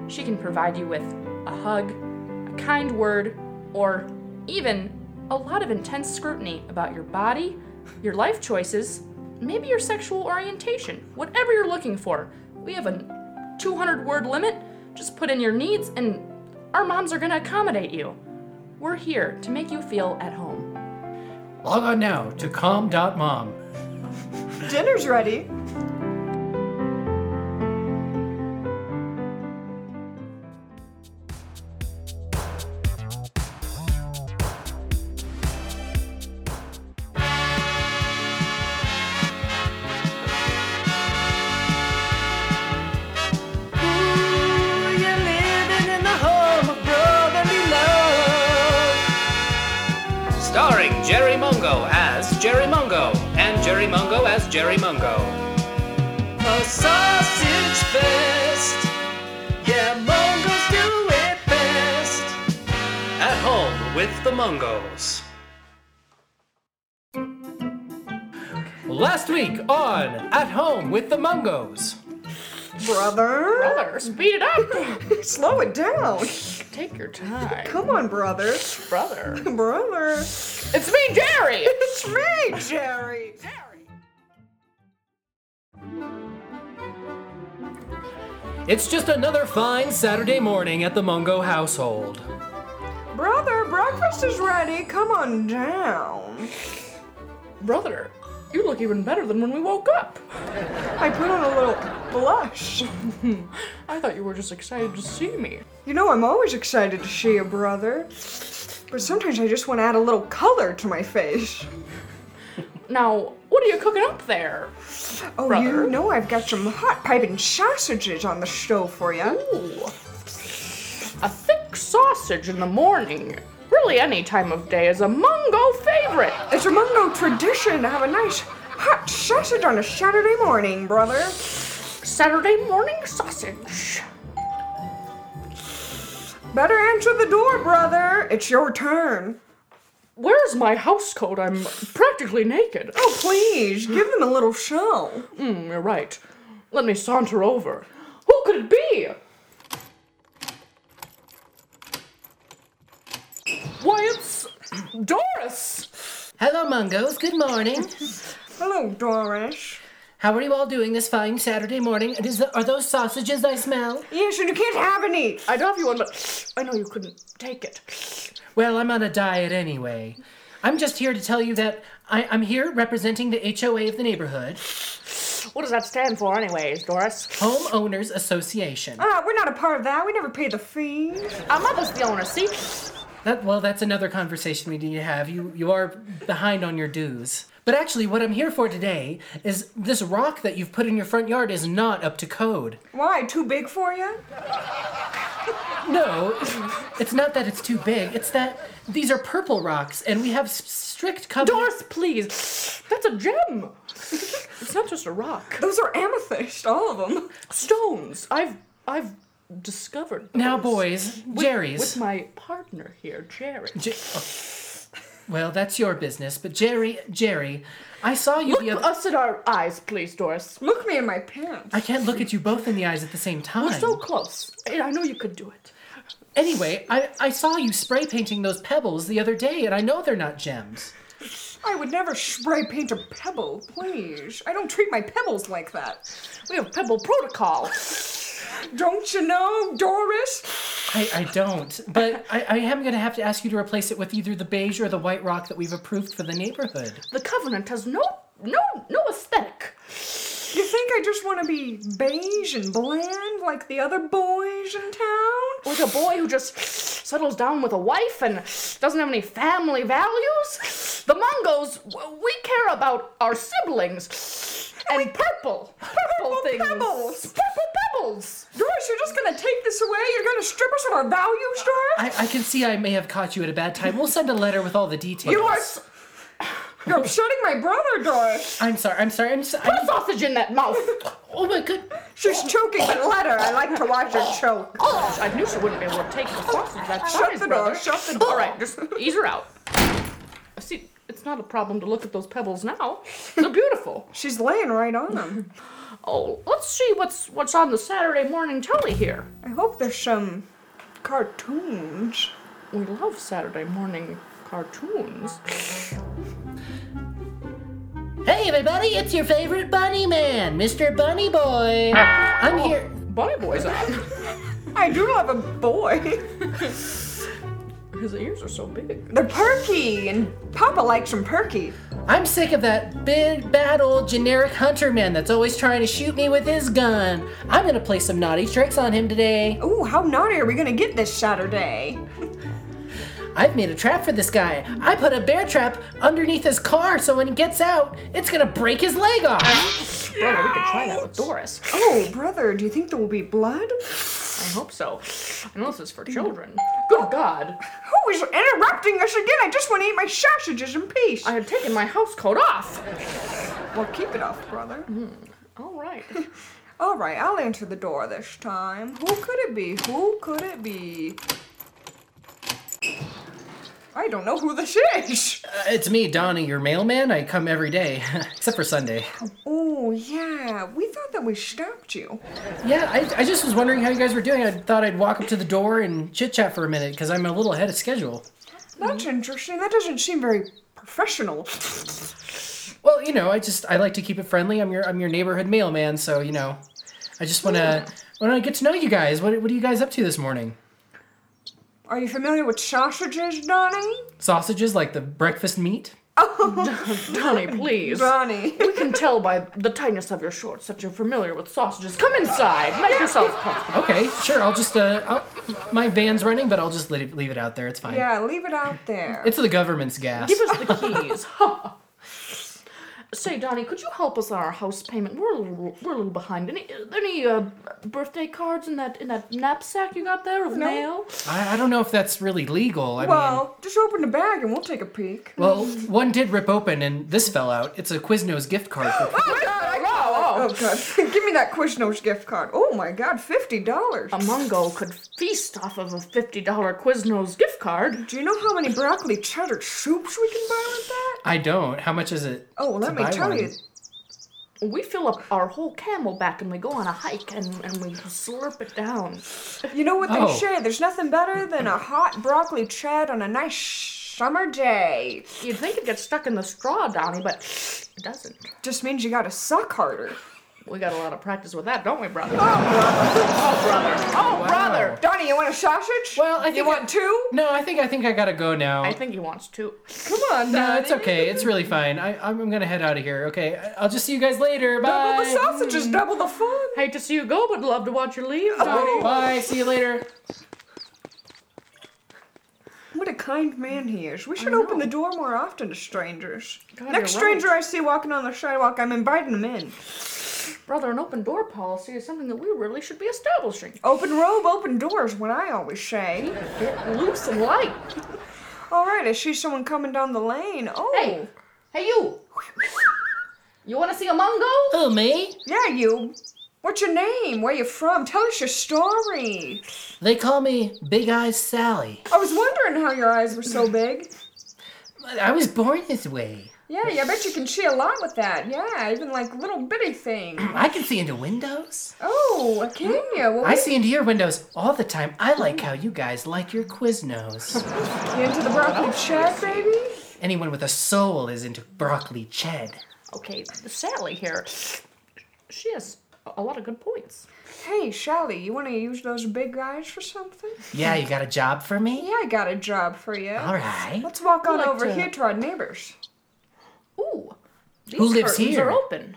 [SPEAKER 3] She can provide you with a hug, a kind word, or even a lot of intense scrutiny about your body, your life choices, maybe your sexual orientation, whatever you're looking for. We have a 200 word limit. Just put in your needs, and our moms are going to accommodate you. We're here to make you feel at home.
[SPEAKER 1] Log on now to com.mom.
[SPEAKER 2] Dinner's ready.
[SPEAKER 4] Starring Jerry Mungo as Jerry Mungo and Jerry Mungo as Jerry Mungo. A sausage fest. Yeah, Mungos do it best. At home with the Mungos.
[SPEAKER 1] Last week on At Home with the Mungos.
[SPEAKER 2] Brother?
[SPEAKER 3] Brother, speed it up!
[SPEAKER 2] Slow it down.
[SPEAKER 3] Take your time.
[SPEAKER 2] Come on, brother.
[SPEAKER 3] brother.
[SPEAKER 2] Brother.
[SPEAKER 3] It's me, Jerry!
[SPEAKER 2] It's me, Jerry.
[SPEAKER 1] It's just another fine Saturday morning at the Mungo household.
[SPEAKER 2] Brother, breakfast is ready. Come on down.
[SPEAKER 3] Brother, you look even better than when we woke up.
[SPEAKER 2] I put on a little blush.
[SPEAKER 3] I thought you were just excited to see me.
[SPEAKER 2] You know, I'm always excited to see you, brother. But sometimes I just want to add a little color to my face.
[SPEAKER 3] Now, what are you cooking up there?
[SPEAKER 2] Oh,
[SPEAKER 3] Brother?
[SPEAKER 2] you know I've got some hot piping sausages on the stove for you.
[SPEAKER 3] Ooh. A thick sausage in the morning. Really, any time of day is a Mungo favorite.
[SPEAKER 2] It's a Mungo tradition to have a nice hot sausage on a Saturday morning, brother.
[SPEAKER 3] Saturday morning sausage.
[SPEAKER 2] Better answer the door, brother. It's your turn.
[SPEAKER 3] Where's my house coat? I'm practically naked. Oh,
[SPEAKER 2] Oh, please, give them a little show.
[SPEAKER 3] you're right. Let me saunter over. Who could it be? Why, it's Doris!
[SPEAKER 1] Hello, Mungos. Good morning.
[SPEAKER 2] Hello, Doris.
[SPEAKER 1] How are you all doing this fine Saturday morning? Is the, are those sausages I smell?
[SPEAKER 2] Yes, and you can't have any.
[SPEAKER 3] I don't have you one, but I know you couldn't take it.
[SPEAKER 1] Well, I'm on a diet anyway. I'm just here to tell you that I, I'm here representing the HOA of the neighborhood,
[SPEAKER 3] What does that stand for, anyways, Doris?
[SPEAKER 1] Homeowners Association.
[SPEAKER 2] Ah, we're not a part of that. We never pay the fees.
[SPEAKER 3] Our mother's the owner, see?
[SPEAKER 1] That, well, that's another conversation we need to have. You you are behind on your dues. But actually, what I'm here for today is this rock that you've put in your front yard is not up to code.
[SPEAKER 2] Why? Too big for you?
[SPEAKER 1] No, it's not that it's too big. It's that these are purple rocks, and we have s- strict covenants.
[SPEAKER 3] Doris, please! That's a gem! [LAUGHS] it's not just a rock.
[SPEAKER 2] Those are amethyst, all of them.
[SPEAKER 3] Stones! I've. I've discovered.
[SPEAKER 1] Now,
[SPEAKER 3] those
[SPEAKER 1] boys,
[SPEAKER 3] with-
[SPEAKER 1] Jerry's.
[SPEAKER 3] With my partner here, Jerry.
[SPEAKER 1] J- oh. Well, that's your business, but Jerry, Jerry, I saw you
[SPEAKER 3] Look
[SPEAKER 1] the other.
[SPEAKER 3] us in our eyes, please, Doris.
[SPEAKER 2] Look me in my pants.
[SPEAKER 1] I can't look at you both in the eyes at the same time.
[SPEAKER 3] We're so close. And I know you could do it.
[SPEAKER 1] Anyway, I, I saw you spray painting those pebbles the other day, and I know they're not gems.
[SPEAKER 2] I would never spray paint a pebble, please. I don't treat my pebbles like that.
[SPEAKER 3] We have Pebble Protocol.
[SPEAKER 2] Don't you know, Doris?
[SPEAKER 1] I, I don't. But I, I am going to have to ask you to replace it with either the beige or the white rock that we've approved for the neighborhood.
[SPEAKER 3] The Covenant has no no no aesthetic.
[SPEAKER 2] You think I just want to be beige and bland like the other boys in town?
[SPEAKER 3] Like a boy who just settles down with a wife and doesn't have any family values. The Mongos, w- we care about our siblings. And purple, purple
[SPEAKER 2] [LAUGHS] Purple
[SPEAKER 3] things.
[SPEAKER 2] pebbles.
[SPEAKER 3] Purple pebbles.
[SPEAKER 2] Joyce, you're just gonna take this away? You're gonna strip us of our values, Joyce?
[SPEAKER 1] I, I can see I may have caught you at a bad time. We'll send a letter with all the details.
[SPEAKER 2] You are. You're upsetting my brother, Joyce.
[SPEAKER 1] I'm sorry. I'm sorry. I'm so,
[SPEAKER 3] Put
[SPEAKER 1] I'm,
[SPEAKER 2] Mm-hmm.
[SPEAKER 3] a sausage in that
[SPEAKER 2] [LAUGHS]
[SPEAKER 3] mouth.
[SPEAKER 1] oh my god.
[SPEAKER 2] She's choking the letter. I like to watch her choke.
[SPEAKER 3] Oh, I knew she wouldn't be able to take the sausage. That's
[SPEAKER 2] Oh, Shut the door. Shut the door.
[SPEAKER 3] All right, just
[SPEAKER 2] [LAUGHS]
[SPEAKER 3] ease her out. See, it's not a problem to look at those pebbles now. They're
[SPEAKER 2] [LAUGHS]
[SPEAKER 3] beautiful.
[SPEAKER 2] She's laying right on them.
[SPEAKER 3] Oh, let's see what's what's on the Saturday morning telly here.
[SPEAKER 2] I hope there's some cartoons.
[SPEAKER 3] We love Saturday morning cartoons.
[SPEAKER 1] Hey everybody, it's your favorite bunny man, Mr. Bunny Boy. I'm here.
[SPEAKER 3] Bunny Boy's on.
[SPEAKER 2] I do love a boy. [LAUGHS]
[SPEAKER 3] His ears are so big.
[SPEAKER 2] They're perky, and Papa likes them perky.
[SPEAKER 1] I'm sick of that big, bad old generic hunter man that's always trying to shoot me with his gun. I'm gonna play some naughty tricks on him today.
[SPEAKER 2] Ooh, how naughty are we gonna get this Saturday?
[SPEAKER 1] I've made a trap for this guy. I put a bear trap underneath his car so when he gets out, it's gonna break his leg off.
[SPEAKER 3] Brother, we could try that with Doris.
[SPEAKER 2] Oh, brother, do you think there will be blood?
[SPEAKER 3] I hope so. I know this is for children. Good God.
[SPEAKER 2] Who is interrupting us again? I just want to eat my sausages in peace.
[SPEAKER 3] I had taken my house coat off.
[SPEAKER 2] Well, keep it off, brother.
[SPEAKER 3] All right.
[SPEAKER 2] All right, I'll answer the door this time. Who could it be? Who could it be? I don't know who this is.
[SPEAKER 1] Uh, it's me, Donnie, your mailman. I come every day, [LAUGHS] except for Sunday.
[SPEAKER 2] Oh, yeah. We thought that we stopped you.
[SPEAKER 1] Yeah, I, I just was wondering how you guys were doing. I thought I'd walk up to the door and chit chat for a minute because I'm a little ahead of schedule.
[SPEAKER 2] That's interesting. That doesn't seem very professional.
[SPEAKER 1] Well, you know, I just I like to keep it friendly. I'm your I'm your neighborhood mailman, so you know, I just wanna wanna get to know you guys. What what are you guys up to this morning?
[SPEAKER 2] Are you familiar with sausages, Donnie?
[SPEAKER 1] Sausages like the breakfast meat?
[SPEAKER 3] Donnie,
[SPEAKER 1] [LAUGHS]
[SPEAKER 3] please.
[SPEAKER 2] Donnie.
[SPEAKER 3] We can tell by the tightness of your shorts that you're familiar with sausages. Come inside. Make yourself comfortable.
[SPEAKER 1] Okay, sure. I'll just uh, I'll, my van's running, but I'll just leave it, leave it out there. It's fine.
[SPEAKER 2] Yeah, leave it out there.
[SPEAKER 1] It's the government's gas.
[SPEAKER 3] Give us [LAUGHS] the keys. Ha. Say, Donnie, could you help us on our house payment? We're a little, we're a little behind. Any any uh, birthday cards in that in that knapsack you got there of
[SPEAKER 2] No.
[SPEAKER 3] mail?
[SPEAKER 1] I, I don't know if that's really legal. I mean,
[SPEAKER 2] well, just open the bag and we'll take a peek.
[SPEAKER 1] well, one did rip open and this fell out. It's a Quiznos gift card. For-
[SPEAKER 2] [GASPS] Oh, God, I
[SPEAKER 3] Oh,
[SPEAKER 2] [LAUGHS] Oh, God. [LAUGHS] Give me that Quiznos gift card. Oh, my God, $50.
[SPEAKER 1] Um,
[SPEAKER 3] A Mungo could feast off of a fifty dollar Quiznos gift card.
[SPEAKER 2] Do you know how many broccoli cheddar soups we can buy with that?
[SPEAKER 1] I don't. How much is it?
[SPEAKER 2] Oh,
[SPEAKER 1] to
[SPEAKER 2] let me
[SPEAKER 1] buy
[SPEAKER 2] tell
[SPEAKER 1] one?
[SPEAKER 2] you.
[SPEAKER 3] We fill up our whole camel back and we go on a hike and, and we slurp it down.
[SPEAKER 2] You know what they
[SPEAKER 1] Oh.
[SPEAKER 2] say? There's nothing better than a hot broccoli ched on a nice summer day.
[SPEAKER 3] You'd think it gets stuck in the straw, Donnie, but it doesn't.
[SPEAKER 2] Just means you gotta suck harder.
[SPEAKER 3] We got a lot of practice with that, don't we, brother? Oh, brother. Oh, brother.
[SPEAKER 2] Donnie, you want a sausage?
[SPEAKER 1] Well, I
[SPEAKER 2] you
[SPEAKER 1] think-
[SPEAKER 2] want two?
[SPEAKER 1] No, I think I think I gotta go now.
[SPEAKER 3] I think he wants to.
[SPEAKER 2] Come on, Donnie.
[SPEAKER 1] no, it's okay. It's really fine. I, I'm I'm gonna head out of here. Okay, I- I'll just see you guys later.
[SPEAKER 2] Double the
[SPEAKER 1] Bye.
[SPEAKER 2] sausages, double the fun.
[SPEAKER 3] Hate to see you go, but love to watch you leave,
[SPEAKER 1] Oh.
[SPEAKER 3] Donnie.
[SPEAKER 1] Bye. See you later.
[SPEAKER 2] What a kind man he is. We should open the door more often to strangers.
[SPEAKER 3] God,
[SPEAKER 2] Next
[SPEAKER 3] you're
[SPEAKER 2] stranger I see walking on the sidewalk, I'm inviting him in.
[SPEAKER 3] Brother, an open door policy is something that we really should be establishing.
[SPEAKER 2] Open robe, open doors, what I always say.
[SPEAKER 3] Get loose and light.
[SPEAKER 2] All right, I see someone coming down the lane. Oh,
[SPEAKER 3] Hey, hey, you. You want to see a Mungo?
[SPEAKER 1] Oh me?
[SPEAKER 2] yeah, you. What's your name? Where you from? Tell us your story.
[SPEAKER 1] They call me Big Eyes Sally.
[SPEAKER 2] I was wondering how your eyes were
[SPEAKER 3] [LAUGHS]
[SPEAKER 2] so big.
[SPEAKER 1] I was born this way.
[SPEAKER 2] Yeah, yeah, I bet you can see a lot with that. Yeah, even like little bitty things.
[SPEAKER 1] I can see into windows.
[SPEAKER 2] Oh, can you? Well,
[SPEAKER 1] I see into your windows all the time. I like how you guys like your Quiznos.
[SPEAKER 2] you into the broccoli chat, baby?
[SPEAKER 1] Anyone with a soul is into broccoli ched.
[SPEAKER 3] Okay, Sally here. She has a lot of good points.
[SPEAKER 2] Hey, Shelly, you want to use those big guys for something?
[SPEAKER 1] Yeah, you got a job for me?
[SPEAKER 2] Yeah, I got a job for you.
[SPEAKER 1] All right.
[SPEAKER 2] Let's walk on
[SPEAKER 3] Like
[SPEAKER 2] over
[SPEAKER 3] to-
[SPEAKER 2] here to our neighbors.
[SPEAKER 3] Ooh, these
[SPEAKER 1] Who lives
[SPEAKER 3] curtains
[SPEAKER 1] here?
[SPEAKER 3] are open.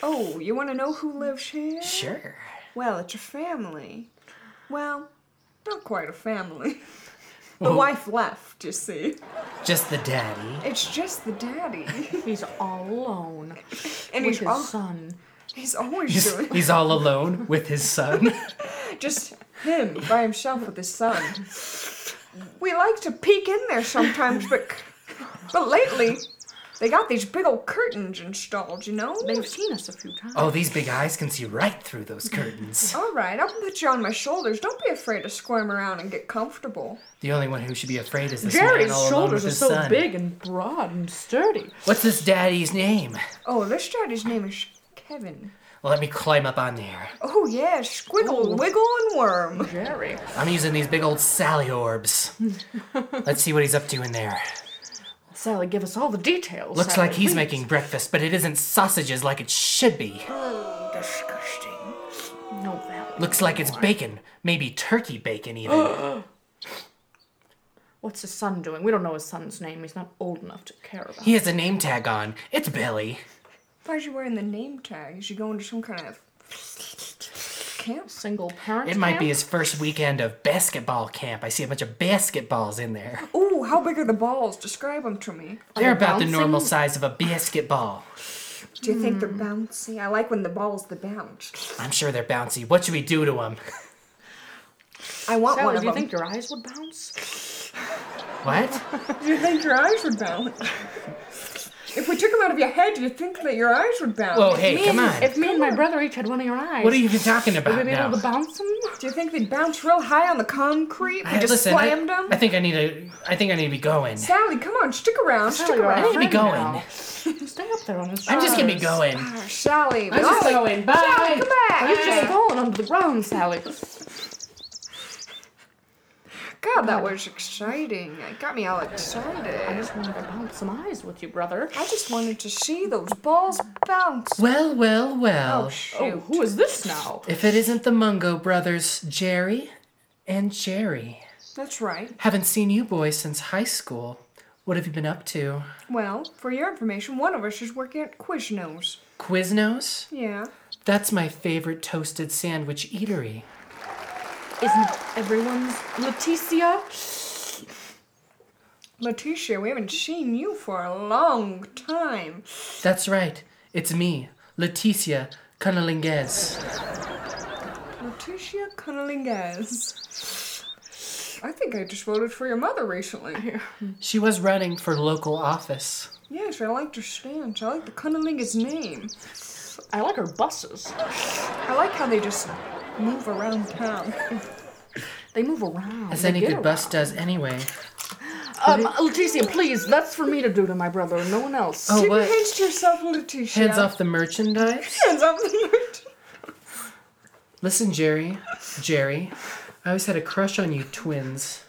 [SPEAKER 2] Oh, you want to know who lives here?
[SPEAKER 1] Sure.
[SPEAKER 2] Well, it's your family. Well, not quite a family. The wife left, you see.
[SPEAKER 1] Just the daddy.
[SPEAKER 2] It's just the daddy.
[SPEAKER 3] He's all alone
[SPEAKER 2] And
[SPEAKER 3] with
[SPEAKER 2] he's,
[SPEAKER 3] his
[SPEAKER 2] al-
[SPEAKER 3] son.
[SPEAKER 2] he's always
[SPEAKER 1] He's,
[SPEAKER 2] doing
[SPEAKER 1] he's all alone with his son.
[SPEAKER 2] just him by himself with his son. We like to peek in there sometimes, but but lately they got these big old curtains installed, you know?
[SPEAKER 3] They've seen us a few times.
[SPEAKER 1] Oh, these big eyes can see right through those curtains.
[SPEAKER 2] All right, I'll put you on my shoulders. Don't be afraid to squirm around and get comfortable.
[SPEAKER 1] The only one who should be afraid is this man
[SPEAKER 3] Jerry's
[SPEAKER 1] all alone with
[SPEAKER 3] shoulders are
[SPEAKER 1] his
[SPEAKER 3] so
[SPEAKER 1] son.
[SPEAKER 3] big and broad and sturdy.
[SPEAKER 1] What's this daddy's name?
[SPEAKER 2] Oh, this daddy's name is Kevin.
[SPEAKER 1] Let me climb up on there.
[SPEAKER 2] Oh yeah, squiggle, wiggle, and worm.
[SPEAKER 3] Jerry.
[SPEAKER 1] I'm using these big old Sally orbs.
[SPEAKER 3] [LAUGHS]
[SPEAKER 1] Let's see what he's up to in there.
[SPEAKER 3] Sally, give us all the details.
[SPEAKER 1] Looks
[SPEAKER 3] Sally,
[SPEAKER 1] like he's
[SPEAKER 3] please.
[SPEAKER 1] making breakfast, but it isn't sausages like it should be.
[SPEAKER 2] Disgusting.
[SPEAKER 3] No value.
[SPEAKER 1] Looks like it's bacon, maybe turkey bacon
[SPEAKER 3] [GASPS]
[SPEAKER 1] even.
[SPEAKER 3] What's his son doing? We don't know his son's name. He's not old enough to care about.
[SPEAKER 1] he has a name tag on. It's Billy.
[SPEAKER 2] Why is you wearing the name tag? Is you going to some kind of camp?
[SPEAKER 3] Single parent.
[SPEAKER 1] It might be
[SPEAKER 3] man?
[SPEAKER 1] his first weekend of basketball camp. I see a bunch of basketballs in there.
[SPEAKER 2] Ooh, how big are the balls? Describe them to me.
[SPEAKER 1] They're about the
[SPEAKER 3] bouncing?
[SPEAKER 1] normal size of a basketball.
[SPEAKER 2] Do you think they're bouncy? I like when the ball's the bounce.
[SPEAKER 1] I'm sure they're bouncy. What should we do to them?
[SPEAKER 2] I want one
[SPEAKER 3] Sally,
[SPEAKER 2] of
[SPEAKER 3] do you
[SPEAKER 2] them.
[SPEAKER 3] think your eyes would bounce?
[SPEAKER 1] What?
[SPEAKER 2] do you think your eyes would bounce? if we took them out of your head, do you think that your eyes would bounce?
[SPEAKER 1] Whoa, Oh, hey,
[SPEAKER 3] me
[SPEAKER 1] come
[SPEAKER 3] and,
[SPEAKER 1] on.
[SPEAKER 3] If me and my brother each had one of your eyes,
[SPEAKER 1] What are you even talking
[SPEAKER 3] Would we
[SPEAKER 1] about
[SPEAKER 3] be
[SPEAKER 1] now?
[SPEAKER 3] able to bounce them?
[SPEAKER 2] Do you think they'd bounce real high on the concrete? We
[SPEAKER 1] Hey,
[SPEAKER 2] just
[SPEAKER 1] listen, I,
[SPEAKER 2] slammed them?
[SPEAKER 1] I think I need to. I think I need to be going.
[SPEAKER 2] Sally, come on, stick around,
[SPEAKER 3] Sally,
[SPEAKER 2] stick
[SPEAKER 3] you're
[SPEAKER 2] around.
[SPEAKER 1] need
[SPEAKER 3] our
[SPEAKER 1] to be
[SPEAKER 3] friend
[SPEAKER 1] going.
[SPEAKER 3] now. [LAUGHS] Stay up there on his.
[SPEAKER 1] I'm just gonna be
[SPEAKER 3] shoulders.
[SPEAKER 1] going.
[SPEAKER 2] Ah, Sally,
[SPEAKER 3] I'm just
[SPEAKER 2] Molly,
[SPEAKER 3] going. Bye.
[SPEAKER 2] Sally, come back.
[SPEAKER 3] You've just fallen onto the ground, Sally.
[SPEAKER 2] God, that was exciting. It got me all
[SPEAKER 3] I
[SPEAKER 2] excited.
[SPEAKER 3] just wanted to bounce some eyes with you, brother.
[SPEAKER 2] I just wanted to see those balls bounce.
[SPEAKER 1] Well, well, well.
[SPEAKER 2] Oh, shoot.
[SPEAKER 3] Oh, who is this now?
[SPEAKER 1] if it isn't the Mungo brothers, Jerry and Jerry.
[SPEAKER 2] That's right.
[SPEAKER 1] Haven't seen you boys since high school. What have you been up to?
[SPEAKER 2] Well, for your information, one of us is working at Quiznos.
[SPEAKER 1] Quiznos?
[SPEAKER 2] Yeah.
[SPEAKER 1] That's my favorite toasted sandwich eatery.
[SPEAKER 3] Isn't everyone's Leticia?
[SPEAKER 2] Letitia, we haven't seen you for a long time.
[SPEAKER 1] That's right. It's me, Leticia Cunnilinguez.
[SPEAKER 2] Letitia Cunnilingus. I think I just voted for your mother recently.
[SPEAKER 1] She was running for local office.
[SPEAKER 2] Yes, I liked her stance. I like the Cunnilingus name.
[SPEAKER 3] I like her buses.
[SPEAKER 2] I like how they just move around town.
[SPEAKER 3] They move around.
[SPEAKER 1] As
[SPEAKER 3] They
[SPEAKER 1] any
[SPEAKER 3] get
[SPEAKER 1] good bus
[SPEAKER 3] around.
[SPEAKER 1] does anyway.
[SPEAKER 3] Um, Leticia, please, that's for me to do to my brother, no one else.
[SPEAKER 1] Oh,
[SPEAKER 2] Keep your
[SPEAKER 1] what?
[SPEAKER 2] hands to yourself, Letitia.
[SPEAKER 1] Hands off the merchandise?
[SPEAKER 2] Hands off the merch.
[SPEAKER 1] Listen, Jerry, Jerry, I always had a crush on you twins.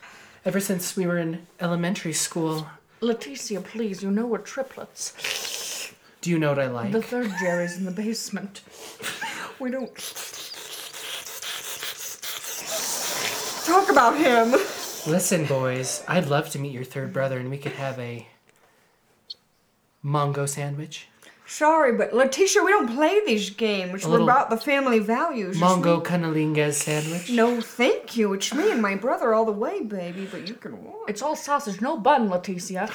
[SPEAKER 1] Ever since we were in elementary school.
[SPEAKER 3] Leticia, please, you know we're triplets.
[SPEAKER 1] Do you know what I like?
[SPEAKER 3] The third Jerry's in the basement.
[SPEAKER 2] We don't talk about him.
[SPEAKER 1] Listen, boys, I'd love to meet your third brother and we could have a Mongo sandwich.
[SPEAKER 2] Sorry, but Letitia, we don't play these games. We're
[SPEAKER 1] little
[SPEAKER 2] about the family values. It's
[SPEAKER 1] Mongo Cunnilinguez sandwich.
[SPEAKER 2] me- No, thank you. It's me and my brother all the way, baby. But you can walk.
[SPEAKER 3] It's all sausage, no bun, Leticia.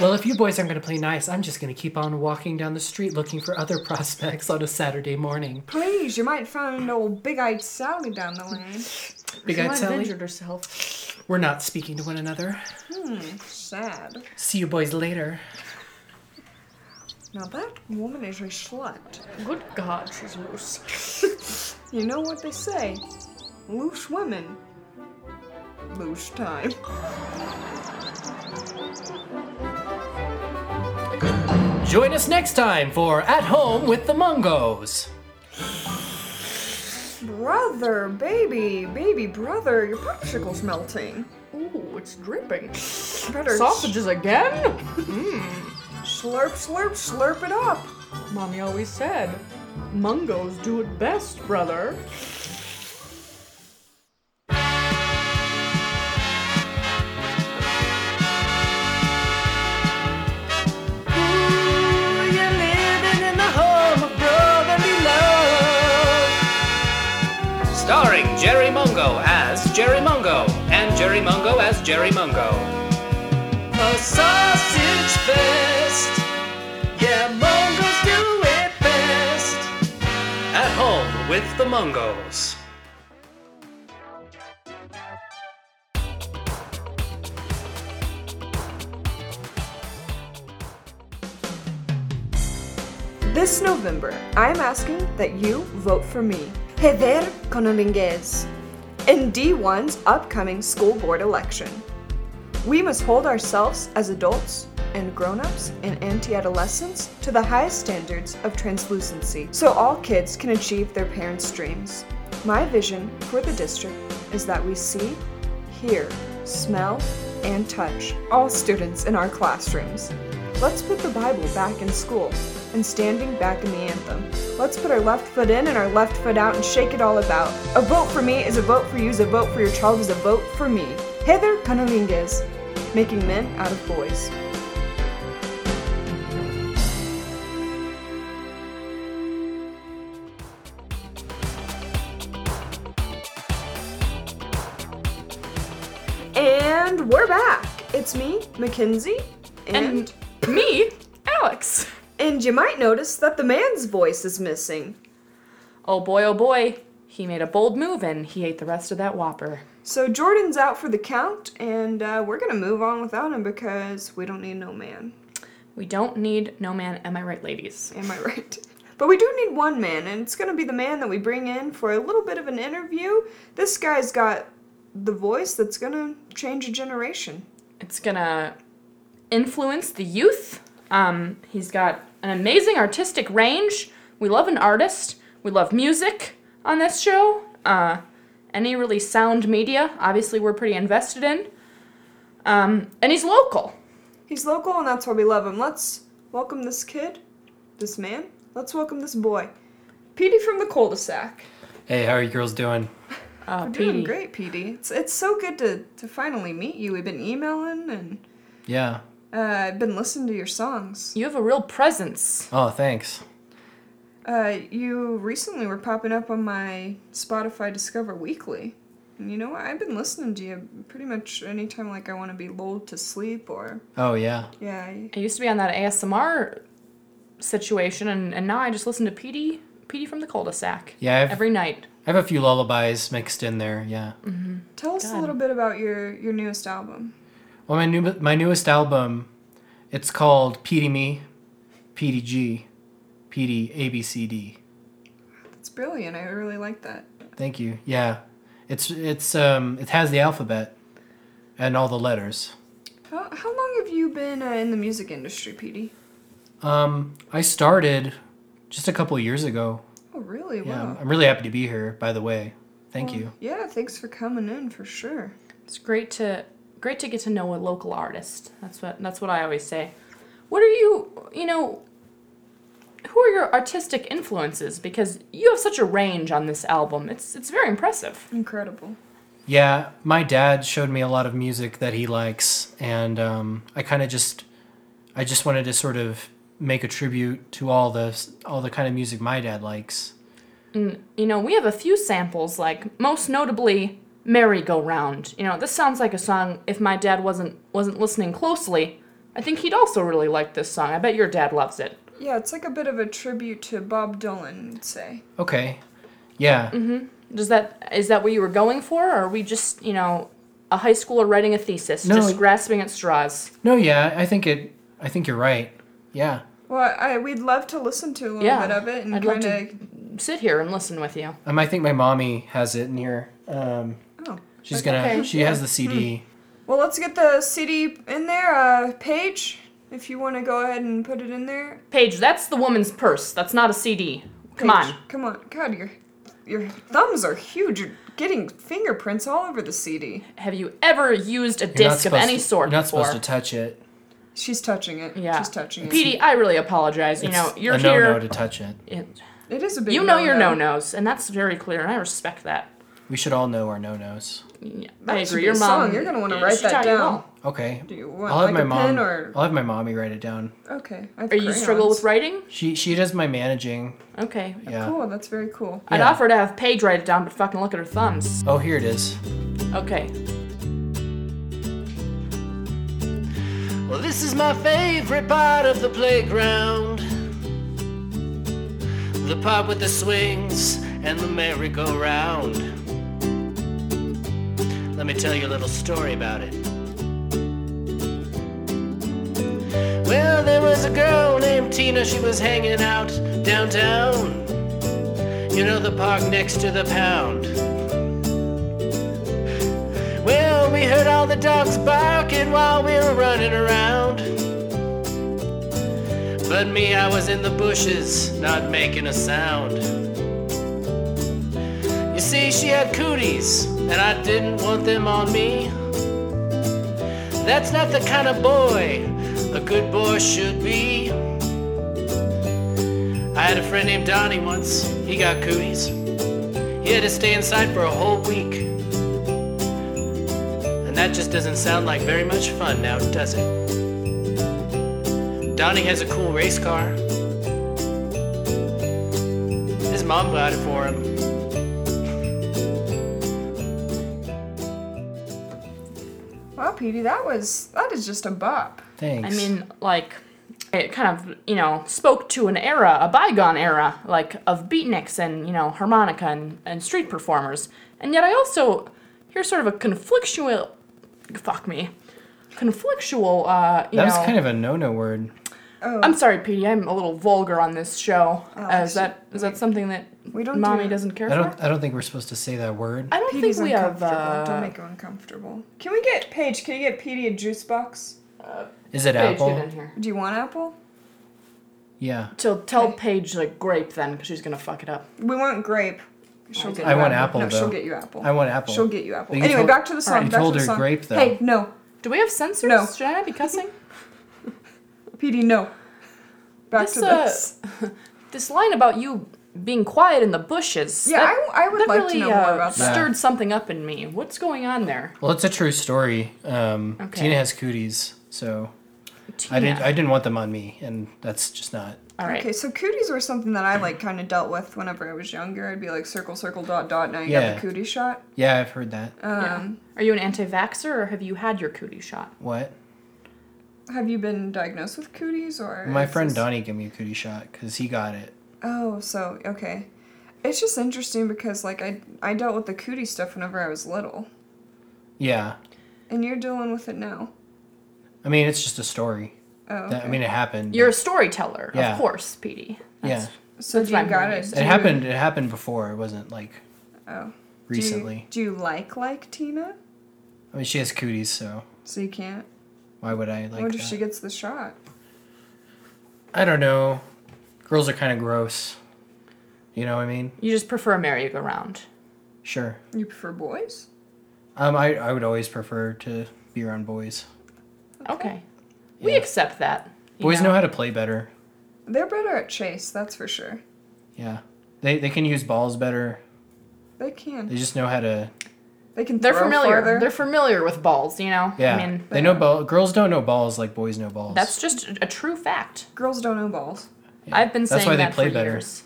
[SPEAKER 1] Well, if you boys aren't going to play nice, I'm just going to keep on walking down the street looking for other [LAUGHS] prospects on a Saturday morning.
[SPEAKER 2] Please, you might find old big-eyed Sally down the lane.
[SPEAKER 1] Big
[SPEAKER 3] She
[SPEAKER 1] eyed
[SPEAKER 3] might have
[SPEAKER 1] Sally,
[SPEAKER 3] injured herself.
[SPEAKER 1] we're not speaking to one another.
[SPEAKER 2] Hmm, Sad.
[SPEAKER 1] See you boys later.
[SPEAKER 2] Now that woman is a slut.
[SPEAKER 3] Good God, she's loose.
[SPEAKER 2] You know what they say? Loose women. Loose time.
[SPEAKER 1] Join us next time for At Home with the Mungos.
[SPEAKER 2] Brother, baby, baby, brother, your popsicle's melting.
[SPEAKER 3] Ooh, it's dripping.
[SPEAKER 2] Better
[SPEAKER 3] Sausages again?
[SPEAKER 2] slurp, slurp, slurp it up.
[SPEAKER 3] Mommy always said, Mungos do it best, brother.
[SPEAKER 4] Ooh, you're living in the home of brotherly love. Starring Jerry Mungo as Jerry Mungo and Jerry Mungo as Jerry Mungo. A sausage fest. Yeah, Mungos do it best. At home with the Mungos.
[SPEAKER 2] This November, I am asking that you vote for me, Heather Conolinguez, in D1's upcoming school board election. We must hold ourselves as adults and grown-ups and anti-adolescents to the highest standards of translucency so all kids can achieve their parents' dreams. My vision for the district is that we see, hear, smell, and touch all students in our classrooms. Let's put the Bible back in school and standing back in the anthem. Let's put our left foot in and our left foot out and shake it all about. A vote for me is a vote for you is a vote for your child is a vote for me. Heather Cunnilingus, making men out of boys. And we're back. It's me, Mackenzie,
[SPEAKER 3] And me, Alex.
[SPEAKER 2] And you might notice that the man's voice is missing.
[SPEAKER 3] Oh boy, oh boy. He made a bold move and he ate the rest of that Whopper.
[SPEAKER 2] So Jordan's out for the count, and uh, we're gonna move on without him because we don't need no man.
[SPEAKER 3] We don't need no man, am I right, ladies?
[SPEAKER 2] Am I [LAUGHS] right? But we do need one man, and it's gonna be the man that we bring in for a little bit of an interview. This guy's got the voice that's gonna change a generation.
[SPEAKER 3] It's gonna influence the youth. Um, he's got an amazing artistic range. We love an artist. We love music on this show. Uh, any really sound media, obviously, we're pretty invested in. Um, and he's local.
[SPEAKER 2] He's local, and that's why we love him. Let's welcome this kid, this man. Let's welcome this boy, Petey from the cul-de-sac.
[SPEAKER 1] Hey, how are you girls doing?
[SPEAKER 3] Uh,
[SPEAKER 2] We're doing
[SPEAKER 3] Petey.
[SPEAKER 2] great, Petey. It's it's so good to to finally meet you. We've been emailing and.
[SPEAKER 1] Yeah.
[SPEAKER 2] Uh, I've been listening to your songs.
[SPEAKER 3] You have a real presence.
[SPEAKER 1] Oh, thanks.
[SPEAKER 2] Uh, you recently were popping up on my Spotify Discover Weekly. And you know what? I've been listening to you pretty much anytime like I want to be lulled to sleep or
[SPEAKER 1] Oh, yeah.
[SPEAKER 2] yeah. I-
[SPEAKER 3] I used to be on that ASMR situation, and, and now I just listen to Petey, Petey from the cul-de-sac
[SPEAKER 1] Yeah, I've,
[SPEAKER 3] every night.
[SPEAKER 1] I have a few lullabies mixed in there. Yeah.
[SPEAKER 2] Tell us a
[SPEAKER 3] God.
[SPEAKER 2] little bit about your your newest album.
[SPEAKER 1] Well, my new my newest album, it's called PD Me, PDG, PD ABCD.
[SPEAKER 2] It's brilliant. I really like that.
[SPEAKER 1] Thank you. Yeah, it's it's um it has the alphabet, and all the letters.
[SPEAKER 2] How, how long have you been uh, in the music industry, Petey?
[SPEAKER 1] Um, I started just a couple years ago.
[SPEAKER 2] Oh, really?
[SPEAKER 1] Yeah, I'm-
[SPEAKER 2] Wow.
[SPEAKER 1] I'm really happy to be here. By the way, thank you.
[SPEAKER 2] Yeah, thanks for coming in for sure.
[SPEAKER 3] It's great to great to get to know a local artist. That's what that's what I always say. What are you you know? Who are your artistic influences? Because you have such a range on this album. It's it's very impressive.
[SPEAKER 2] Incredible.
[SPEAKER 1] Yeah, my dad showed me a lot of music that he likes, and um, I kind of just, I just wanted to sort of make a tribute to all the all the kind of music my dad likes.
[SPEAKER 3] And you know we have a few samples, like most notably "Merry Go Round." You know this sounds like a song. If my dad wasn't wasn't listening closely, I think he'd also really like this song. I bet your dad loves it.
[SPEAKER 2] Yeah, it's like a bit of a tribute to Bob Dylan, I'd say.
[SPEAKER 1] Okay, yeah,
[SPEAKER 3] Mm-hmm. Does that is that what you were going for, or are we just you know a high schooler writing a thesis,
[SPEAKER 1] No,
[SPEAKER 3] just
[SPEAKER 1] it-
[SPEAKER 3] grasping at straws?
[SPEAKER 1] no, yeah, I think it, I think you're right. Yeah,
[SPEAKER 2] Well, I, we'd love to listen to a little
[SPEAKER 3] Yeah,
[SPEAKER 2] bit of it and
[SPEAKER 3] I'd love
[SPEAKER 2] kind
[SPEAKER 3] to-
[SPEAKER 2] of.
[SPEAKER 3] Sit here and listen with you.
[SPEAKER 1] um, I think my mommy has it in here. Um,
[SPEAKER 2] Oh.
[SPEAKER 1] she's gonna,
[SPEAKER 3] okay. Hmm.
[SPEAKER 1] she has the CD.
[SPEAKER 2] Well, let's get the CD in there. Uh, Paige, if you want to go ahead and put it in there.
[SPEAKER 3] Paige, that's the woman's purse. That's not a CD. Come
[SPEAKER 2] Paige,
[SPEAKER 3] on.
[SPEAKER 2] Come on. God, your your thumbs are huge. You're getting fingerprints all over the CD.
[SPEAKER 3] Have you ever used a
[SPEAKER 1] You're not
[SPEAKER 3] disc of
[SPEAKER 1] supposed
[SPEAKER 3] any
[SPEAKER 1] to-
[SPEAKER 3] sort
[SPEAKER 1] You're not
[SPEAKER 3] before?
[SPEAKER 1] supposed to touch it.
[SPEAKER 2] She's touching it.
[SPEAKER 3] Yeah.
[SPEAKER 2] She's touching it.
[SPEAKER 3] Petey, I really apologize. You know,
[SPEAKER 1] It's
[SPEAKER 3] you're
[SPEAKER 1] a no-no
[SPEAKER 3] here.
[SPEAKER 1] to touch it.
[SPEAKER 3] It-
[SPEAKER 2] It is a big.
[SPEAKER 3] You know your
[SPEAKER 2] no-no.
[SPEAKER 3] no nos, and that's very clear, and I respect that.
[SPEAKER 5] We should all know our no nos.
[SPEAKER 3] Yeah,
[SPEAKER 2] That
[SPEAKER 3] I
[SPEAKER 2] should
[SPEAKER 3] agree.
[SPEAKER 2] be
[SPEAKER 3] Your
[SPEAKER 2] a
[SPEAKER 3] mom.
[SPEAKER 2] song. You're gonna wanna
[SPEAKER 3] she
[SPEAKER 2] write that
[SPEAKER 3] taught you
[SPEAKER 2] down.
[SPEAKER 3] well.
[SPEAKER 5] Okay.
[SPEAKER 2] Do you want
[SPEAKER 5] I'll have
[SPEAKER 2] like
[SPEAKER 5] my
[SPEAKER 2] a
[SPEAKER 5] mom.
[SPEAKER 2] pen or
[SPEAKER 5] I'll have my mommy write it down.
[SPEAKER 2] okay? I have
[SPEAKER 3] Or you struggle with
[SPEAKER 2] crayons.
[SPEAKER 3] writing?
[SPEAKER 5] She she does my managing.
[SPEAKER 3] Okay.
[SPEAKER 5] Yeah.
[SPEAKER 2] Cool. That's very cool.
[SPEAKER 3] I'd
[SPEAKER 5] Yeah.
[SPEAKER 3] offer to have Paige write it down, but fucking look at her thumbs.
[SPEAKER 5] Oh, here it is.
[SPEAKER 3] Okay.
[SPEAKER 1] Well, this is my favorite part of the playground. The part with the swings and the merry-go-round. Let me tell you a little story about it. Well, there was a girl named Tina, she was hanging out downtown. You know, the park next to the pound. Well, we heard all the dogs barking while we were running around. But me, I was in the bushes, not making a sound. You see, she had cooties, and I didn't want them on me. That's not the kind of boy a good boy should be. I had a friend named Donnie once, he got cooties. He had to stay inside for a whole week. And that just doesn't sound like very much fun now, does it? Donnie has a cool race car. His mom got it for him.
[SPEAKER 2] Wow, Petey, that was that is just a bop.
[SPEAKER 5] Thanks.
[SPEAKER 3] I mean, like, it kind of, you know, spoke to an era, a bygone era, like, of beatniks and, you know, harmonica and, and street performers. And yet I also hear sort of a conflictual. Fuck me. Conflictual, uh, you know.
[SPEAKER 5] that was kind of a no-no word.
[SPEAKER 3] I'm sorry, Petey, I'm a little vulgar on this show. Uh, is
[SPEAKER 2] shoot.
[SPEAKER 3] that is that something that
[SPEAKER 2] Oh, We don't
[SPEAKER 3] mommy
[SPEAKER 2] do-
[SPEAKER 3] doesn't care
[SPEAKER 5] I
[SPEAKER 3] for?
[SPEAKER 5] don't I don't think we're supposed to say that word.
[SPEAKER 3] I don't
[SPEAKER 2] Petey's
[SPEAKER 3] think we have.
[SPEAKER 2] uncomfortable.
[SPEAKER 3] Uh,
[SPEAKER 2] Don't make her uncomfortable. Can we get Paige? Can you get Petey a juice box?
[SPEAKER 5] Is it
[SPEAKER 3] Paige,
[SPEAKER 5] apple?
[SPEAKER 3] get in here.
[SPEAKER 2] Do you want apple?
[SPEAKER 5] Yeah.
[SPEAKER 3] So tell Paige like grape then, because she's gonna fuck it up.
[SPEAKER 2] We want grape. She'll get
[SPEAKER 5] I
[SPEAKER 2] you
[SPEAKER 5] want
[SPEAKER 2] apple.
[SPEAKER 5] apple,
[SPEAKER 2] No,
[SPEAKER 5] though.
[SPEAKER 2] she'll get you apple.
[SPEAKER 5] I want apple.
[SPEAKER 2] She'll get you apple.
[SPEAKER 5] But you
[SPEAKER 2] anyway,
[SPEAKER 5] told-
[SPEAKER 2] back to the song.
[SPEAKER 5] you
[SPEAKER 2] back
[SPEAKER 5] told
[SPEAKER 2] to the
[SPEAKER 5] her
[SPEAKER 2] song.
[SPEAKER 5] grape, though.
[SPEAKER 2] Hey, no,
[SPEAKER 3] Do we have censors?
[SPEAKER 2] No.
[SPEAKER 3] Should I not be cussing?
[SPEAKER 2] Petey, no. Back
[SPEAKER 3] This,
[SPEAKER 2] to
[SPEAKER 3] uh,
[SPEAKER 2] this.
[SPEAKER 3] this line about you being quiet in the bushes.
[SPEAKER 2] yeah,
[SPEAKER 3] that,
[SPEAKER 2] I, I would
[SPEAKER 3] that
[SPEAKER 2] like
[SPEAKER 3] really
[SPEAKER 2] to know
[SPEAKER 3] uh,
[SPEAKER 2] more about that.
[SPEAKER 3] stirred something up in me. What's going on there?
[SPEAKER 5] Well, it's a true story. Um,
[SPEAKER 3] Okay.
[SPEAKER 5] Tina has cooties, so
[SPEAKER 3] Tina.
[SPEAKER 5] I didn't I didn't want them on me, and that's just not.
[SPEAKER 3] All right.
[SPEAKER 2] Okay, so cooties were something that I like kind of dealt with whenever I was younger. I'd be like circle, circle, dot, dot. Now you got
[SPEAKER 5] Yeah.
[SPEAKER 2] the cootie shot.
[SPEAKER 5] Yeah, I've heard that.
[SPEAKER 3] Yeah.
[SPEAKER 2] Um,
[SPEAKER 3] Are you an anti-vaxxer or have you had your cootie shot?
[SPEAKER 5] What?
[SPEAKER 2] Have you been diagnosed with cooties or?
[SPEAKER 5] My
[SPEAKER 2] is
[SPEAKER 5] friend
[SPEAKER 2] this-
[SPEAKER 5] Donnie gave me a cootie shot because he got it.
[SPEAKER 2] Oh, so okay. It's just interesting because like I I dealt with the cootie stuff whenever I was little,
[SPEAKER 5] Yeah.
[SPEAKER 2] and you're dealing with it now.
[SPEAKER 5] I mean, it's just a story.
[SPEAKER 2] Oh,
[SPEAKER 5] That, I
[SPEAKER 2] okay.
[SPEAKER 5] mean, it happened.
[SPEAKER 3] You're a storyteller,
[SPEAKER 5] Yeah.
[SPEAKER 3] of course, Petey.
[SPEAKER 5] yeah.
[SPEAKER 2] so
[SPEAKER 3] that's
[SPEAKER 2] do you
[SPEAKER 3] what I'm
[SPEAKER 2] got
[SPEAKER 3] hearing you
[SPEAKER 2] it?
[SPEAKER 3] say.
[SPEAKER 2] do
[SPEAKER 5] It
[SPEAKER 2] you-
[SPEAKER 5] happened. It happened before. It wasn't like
[SPEAKER 2] Oh, Do you-
[SPEAKER 5] recently.
[SPEAKER 2] Do you, like like Tina?
[SPEAKER 5] I mean, she has cooties, so
[SPEAKER 2] So you can't.
[SPEAKER 5] why would
[SPEAKER 2] I
[SPEAKER 5] I like?
[SPEAKER 2] wonder
[SPEAKER 5] that?
[SPEAKER 2] if she gets the shot.
[SPEAKER 5] I don't know. Girls are kind of gross. You know what I mean?
[SPEAKER 3] You just prefer a merry-go-round.
[SPEAKER 5] Sure.
[SPEAKER 2] You prefer boys?
[SPEAKER 5] Um, I I would always prefer to be around boys.
[SPEAKER 3] Okay. We accept that. you
[SPEAKER 5] Boys know how to play better.
[SPEAKER 2] They're better at chase, that's for sure.
[SPEAKER 5] Yeah. They they can use balls better.
[SPEAKER 2] They can.
[SPEAKER 5] They just know how to.
[SPEAKER 2] They can.
[SPEAKER 3] They're
[SPEAKER 2] throw
[SPEAKER 3] familiar.
[SPEAKER 2] farther.
[SPEAKER 3] They're familiar with balls, you know?
[SPEAKER 5] Yeah.
[SPEAKER 3] I mean,
[SPEAKER 5] they know ball. Girls don't know balls like boys know balls.
[SPEAKER 3] that's just a true fact.
[SPEAKER 2] Girls don't know balls.
[SPEAKER 3] I've been
[SPEAKER 5] That's
[SPEAKER 3] saying
[SPEAKER 5] why they
[SPEAKER 3] that
[SPEAKER 5] play
[SPEAKER 3] for
[SPEAKER 5] better.
[SPEAKER 3] years.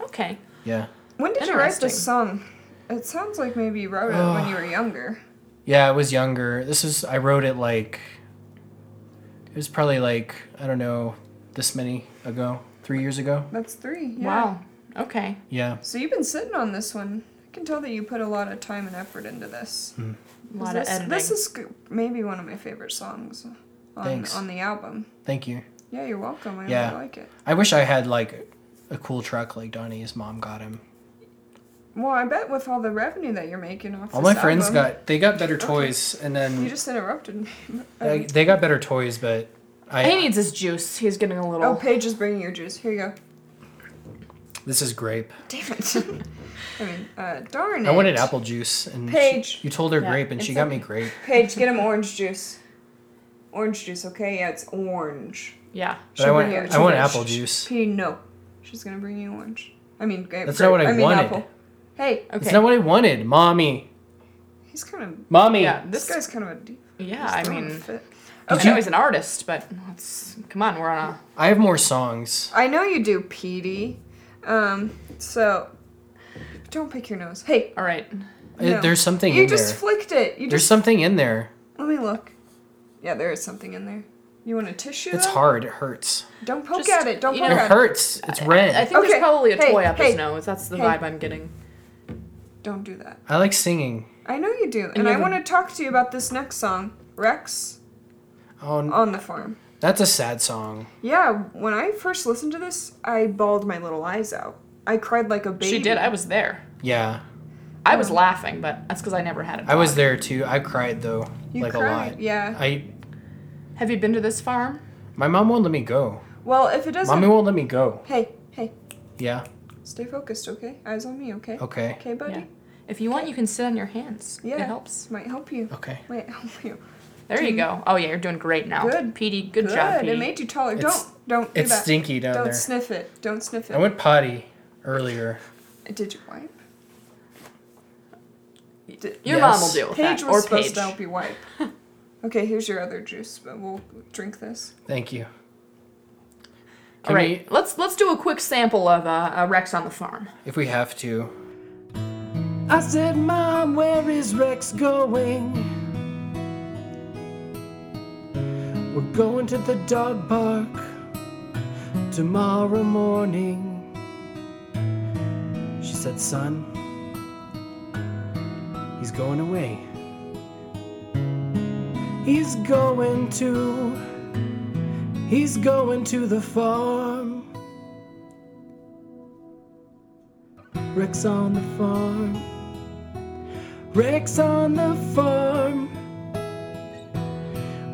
[SPEAKER 3] Okay.
[SPEAKER 5] yeah.
[SPEAKER 2] When did you write
[SPEAKER 3] Interesting.
[SPEAKER 2] this song? It sounds like maybe you wrote it when
[SPEAKER 5] [SIGHS]
[SPEAKER 2] you were younger.
[SPEAKER 5] Yeah, I was younger. This is I wrote it like. It was probably like I don't know, this many ago, three years ago.
[SPEAKER 2] That's three. Yeah.
[SPEAKER 3] Wow. Okay.
[SPEAKER 5] Yeah.
[SPEAKER 2] So you've been sitting on this one. I can tell that you put a lot of time and effort into this.
[SPEAKER 3] A lot
[SPEAKER 2] this,
[SPEAKER 3] of editing.
[SPEAKER 2] this is g- maybe one of my favorite songs on,
[SPEAKER 5] Thanks.
[SPEAKER 2] on the album.
[SPEAKER 5] Thank you.
[SPEAKER 2] Yeah, you're welcome. I
[SPEAKER 5] Yeah.
[SPEAKER 2] really like it.
[SPEAKER 5] I wish I had like a cool truck like Donnie's mom got him.
[SPEAKER 2] Well, I bet with all the revenue that you're making off
[SPEAKER 5] All my
[SPEAKER 2] this
[SPEAKER 5] friends
[SPEAKER 2] album-
[SPEAKER 5] got they got better toys, and
[SPEAKER 2] You
[SPEAKER 5] then
[SPEAKER 2] just interrupted me. [LAUGHS]
[SPEAKER 5] they, they got better toys, but I
[SPEAKER 3] he needs his juice. He's getting a little.
[SPEAKER 2] Oh, Paige is bringing your juice. Here you go.
[SPEAKER 5] this is grape.
[SPEAKER 2] Damn it. [LAUGHS] I mean, uh, darn it.
[SPEAKER 5] I wanted apple juice, and she-
[SPEAKER 2] Paige.
[SPEAKER 5] you told her
[SPEAKER 3] Yeah,
[SPEAKER 5] grape, and she
[SPEAKER 3] it's
[SPEAKER 5] got
[SPEAKER 3] okay.
[SPEAKER 5] me grape.
[SPEAKER 2] Paige, get him orange juice. Orange juice, okay? Yeah, it's orange.
[SPEAKER 3] Yeah.
[SPEAKER 5] But I want
[SPEAKER 2] bring you
[SPEAKER 5] I want
[SPEAKER 2] orange.
[SPEAKER 5] apple juice.
[SPEAKER 2] P, no. She's gonna bring you orange. I I mean, grape-
[SPEAKER 1] That's not what I
[SPEAKER 2] mean,
[SPEAKER 1] wanted.
[SPEAKER 2] Apple. Hey,
[SPEAKER 3] Okay.
[SPEAKER 1] It's not what I wanted, mommy.
[SPEAKER 2] he's kind of.
[SPEAKER 1] Mommy.
[SPEAKER 3] yeah,
[SPEAKER 2] This
[SPEAKER 3] this
[SPEAKER 2] guy's kind of a. d-
[SPEAKER 3] Yeah,
[SPEAKER 2] he's
[SPEAKER 3] I
[SPEAKER 2] throwing a
[SPEAKER 3] mean,
[SPEAKER 2] fit.
[SPEAKER 3] I
[SPEAKER 1] Did you-
[SPEAKER 3] know he's an artist, but let's come on, we're on a
[SPEAKER 1] I have more songs.
[SPEAKER 2] I know you do, Petey. Um, so don't pick your nose. Hey,
[SPEAKER 3] all right.
[SPEAKER 1] Uh,
[SPEAKER 2] no.
[SPEAKER 1] There's something
[SPEAKER 2] You
[SPEAKER 1] in
[SPEAKER 2] just
[SPEAKER 1] there.
[SPEAKER 2] flicked it. You
[SPEAKER 1] There's
[SPEAKER 2] just
[SPEAKER 1] something in there.
[SPEAKER 2] let me look. Yeah, there is something in there. You want a tissue?
[SPEAKER 1] It's
[SPEAKER 2] though?
[SPEAKER 1] hard. It hurts.
[SPEAKER 2] Don't poke
[SPEAKER 3] Just,
[SPEAKER 2] at it. Don't
[SPEAKER 3] you
[SPEAKER 2] poke
[SPEAKER 1] It
[SPEAKER 3] know-
[SPEAKER 2] at it.
[SPEAKER 1] hurts. It's red.
[SPEAKER 3] I think
[SPEAKER 2] Okay,
[SPEAKER 3] there's probably a
[SPEAKER 2] hey,
[SPEAKER 3] toy up
[SPEAKER 2] hey,
[SPEAKER 3] his nose. That's the
[SPEAKER 2] hey.
[SPEAKER 3] vibe I'm getting.
[SPEAKER 2] Don't do that.
[SPEAKER 1] I like singing.
[SPEAKER 2] I know you do, and,
[SPEAKER 3] you
[SPEAKER 2] I
[SPEAKER 3] have a-
[SPEAKER 2] want to talk to you about this next song, Rex
[SPEAKER 1] Oh, n-
[SPEAKER 2] on the Farm.
[SPEAKER 1] that's a sad song.
[SPEAKER 2] Yeah, when I first listened to this, I bawled my little eyes out. I cried like a baby. Um,
[SPEAKER 3] She did. I was there.
[SPEAKER 1] Yeah,
[SPEAKER 3] I was laughing, but that's because I never had it.
[SPEAKER 1] I was there too. I cried though,
[SPEAKER 2] You
[SPEAKER 1] like a
[SPEAKER 2] cried.
[SPEAKER 1] lot.
[SPEAKER 2] Yeah.
[SPEAKER 1] I
[SPEAKER 3] Have you been to this farm?
[SPEAKER 1] my mom won't let me go.
[SPEAKER 2] Well, if it doesn't.
[SPEAKER 1] Mommy won't let me go.
[SPEAKER 2] Hey, hey,
[SPEAKER 1] Yeah.
[SPEAKER 2] stay focused, okay? Eyes on me, okay?
[SPEAKER 1] Okay.
[SPEAKER 2] Okay, buddy.
[SPEAKER 3] Yeah. If you want, you can sit on your hands.
[SPEAKER 2] Yeah.
[SPEAKER 3] It helps.
[SPEAKER 2] Might help you.
[SPEAKER 1] Okay.
[SPEAKER 2] Might help [LAUGHS] you.
[SPEAKER 3] There you go. Oh yeah, you're doing great now.
[SPEAKER 2] Mm-hmm. Good.
[SPEAKER 3] Petey. Good, job,
[SPEAKER 2] It
[SPEAKER 3] Petey.
[SPEAKER 2] made you taller.
[SPEAKER 1] It's-
[SPEAKER 2] don't don't do
[SPEAKER 1] It's
[SPEAKER 2] that.
[SPEAKER 1] stinky down
[SPEAKER 2] Don't
[SPEAKER 1] there.
[SPEAKER 2] sniff it. Don't sniff it.
[SPEAKER 1] I went potty earlier.
[SPEAKER 2] Did you wipe? Did,
[SPEAKER 3] Your
[SPEAKER 1] Yes.
[SPEAKER 3] mom will deal with
[SPEAKER 2] Paige
[SPEAKER 3] that.
[SPEAKER 2] was
[SPEAKER 3] or
[SPEAKER 2] supposed
[SPEAKER 3] Paige.
[SPEAKER 2] to help you wipe. okay, here's your other juice, but we'll drink this.
[SPEAKER 1] Thank you. Can
[SPEAKER 3] All right, let's let's do a quick sample of uh, uh, Rex on the farm.
[SPEAKER 1] we, if we have to.
[SPEAKER 5] I said, Mom, where is Rex going? We're going to the dog park tomorrow morning. She said, Son, he's going away. He's going to, he's going to the farm. Rex on the farm. Rex on the farm.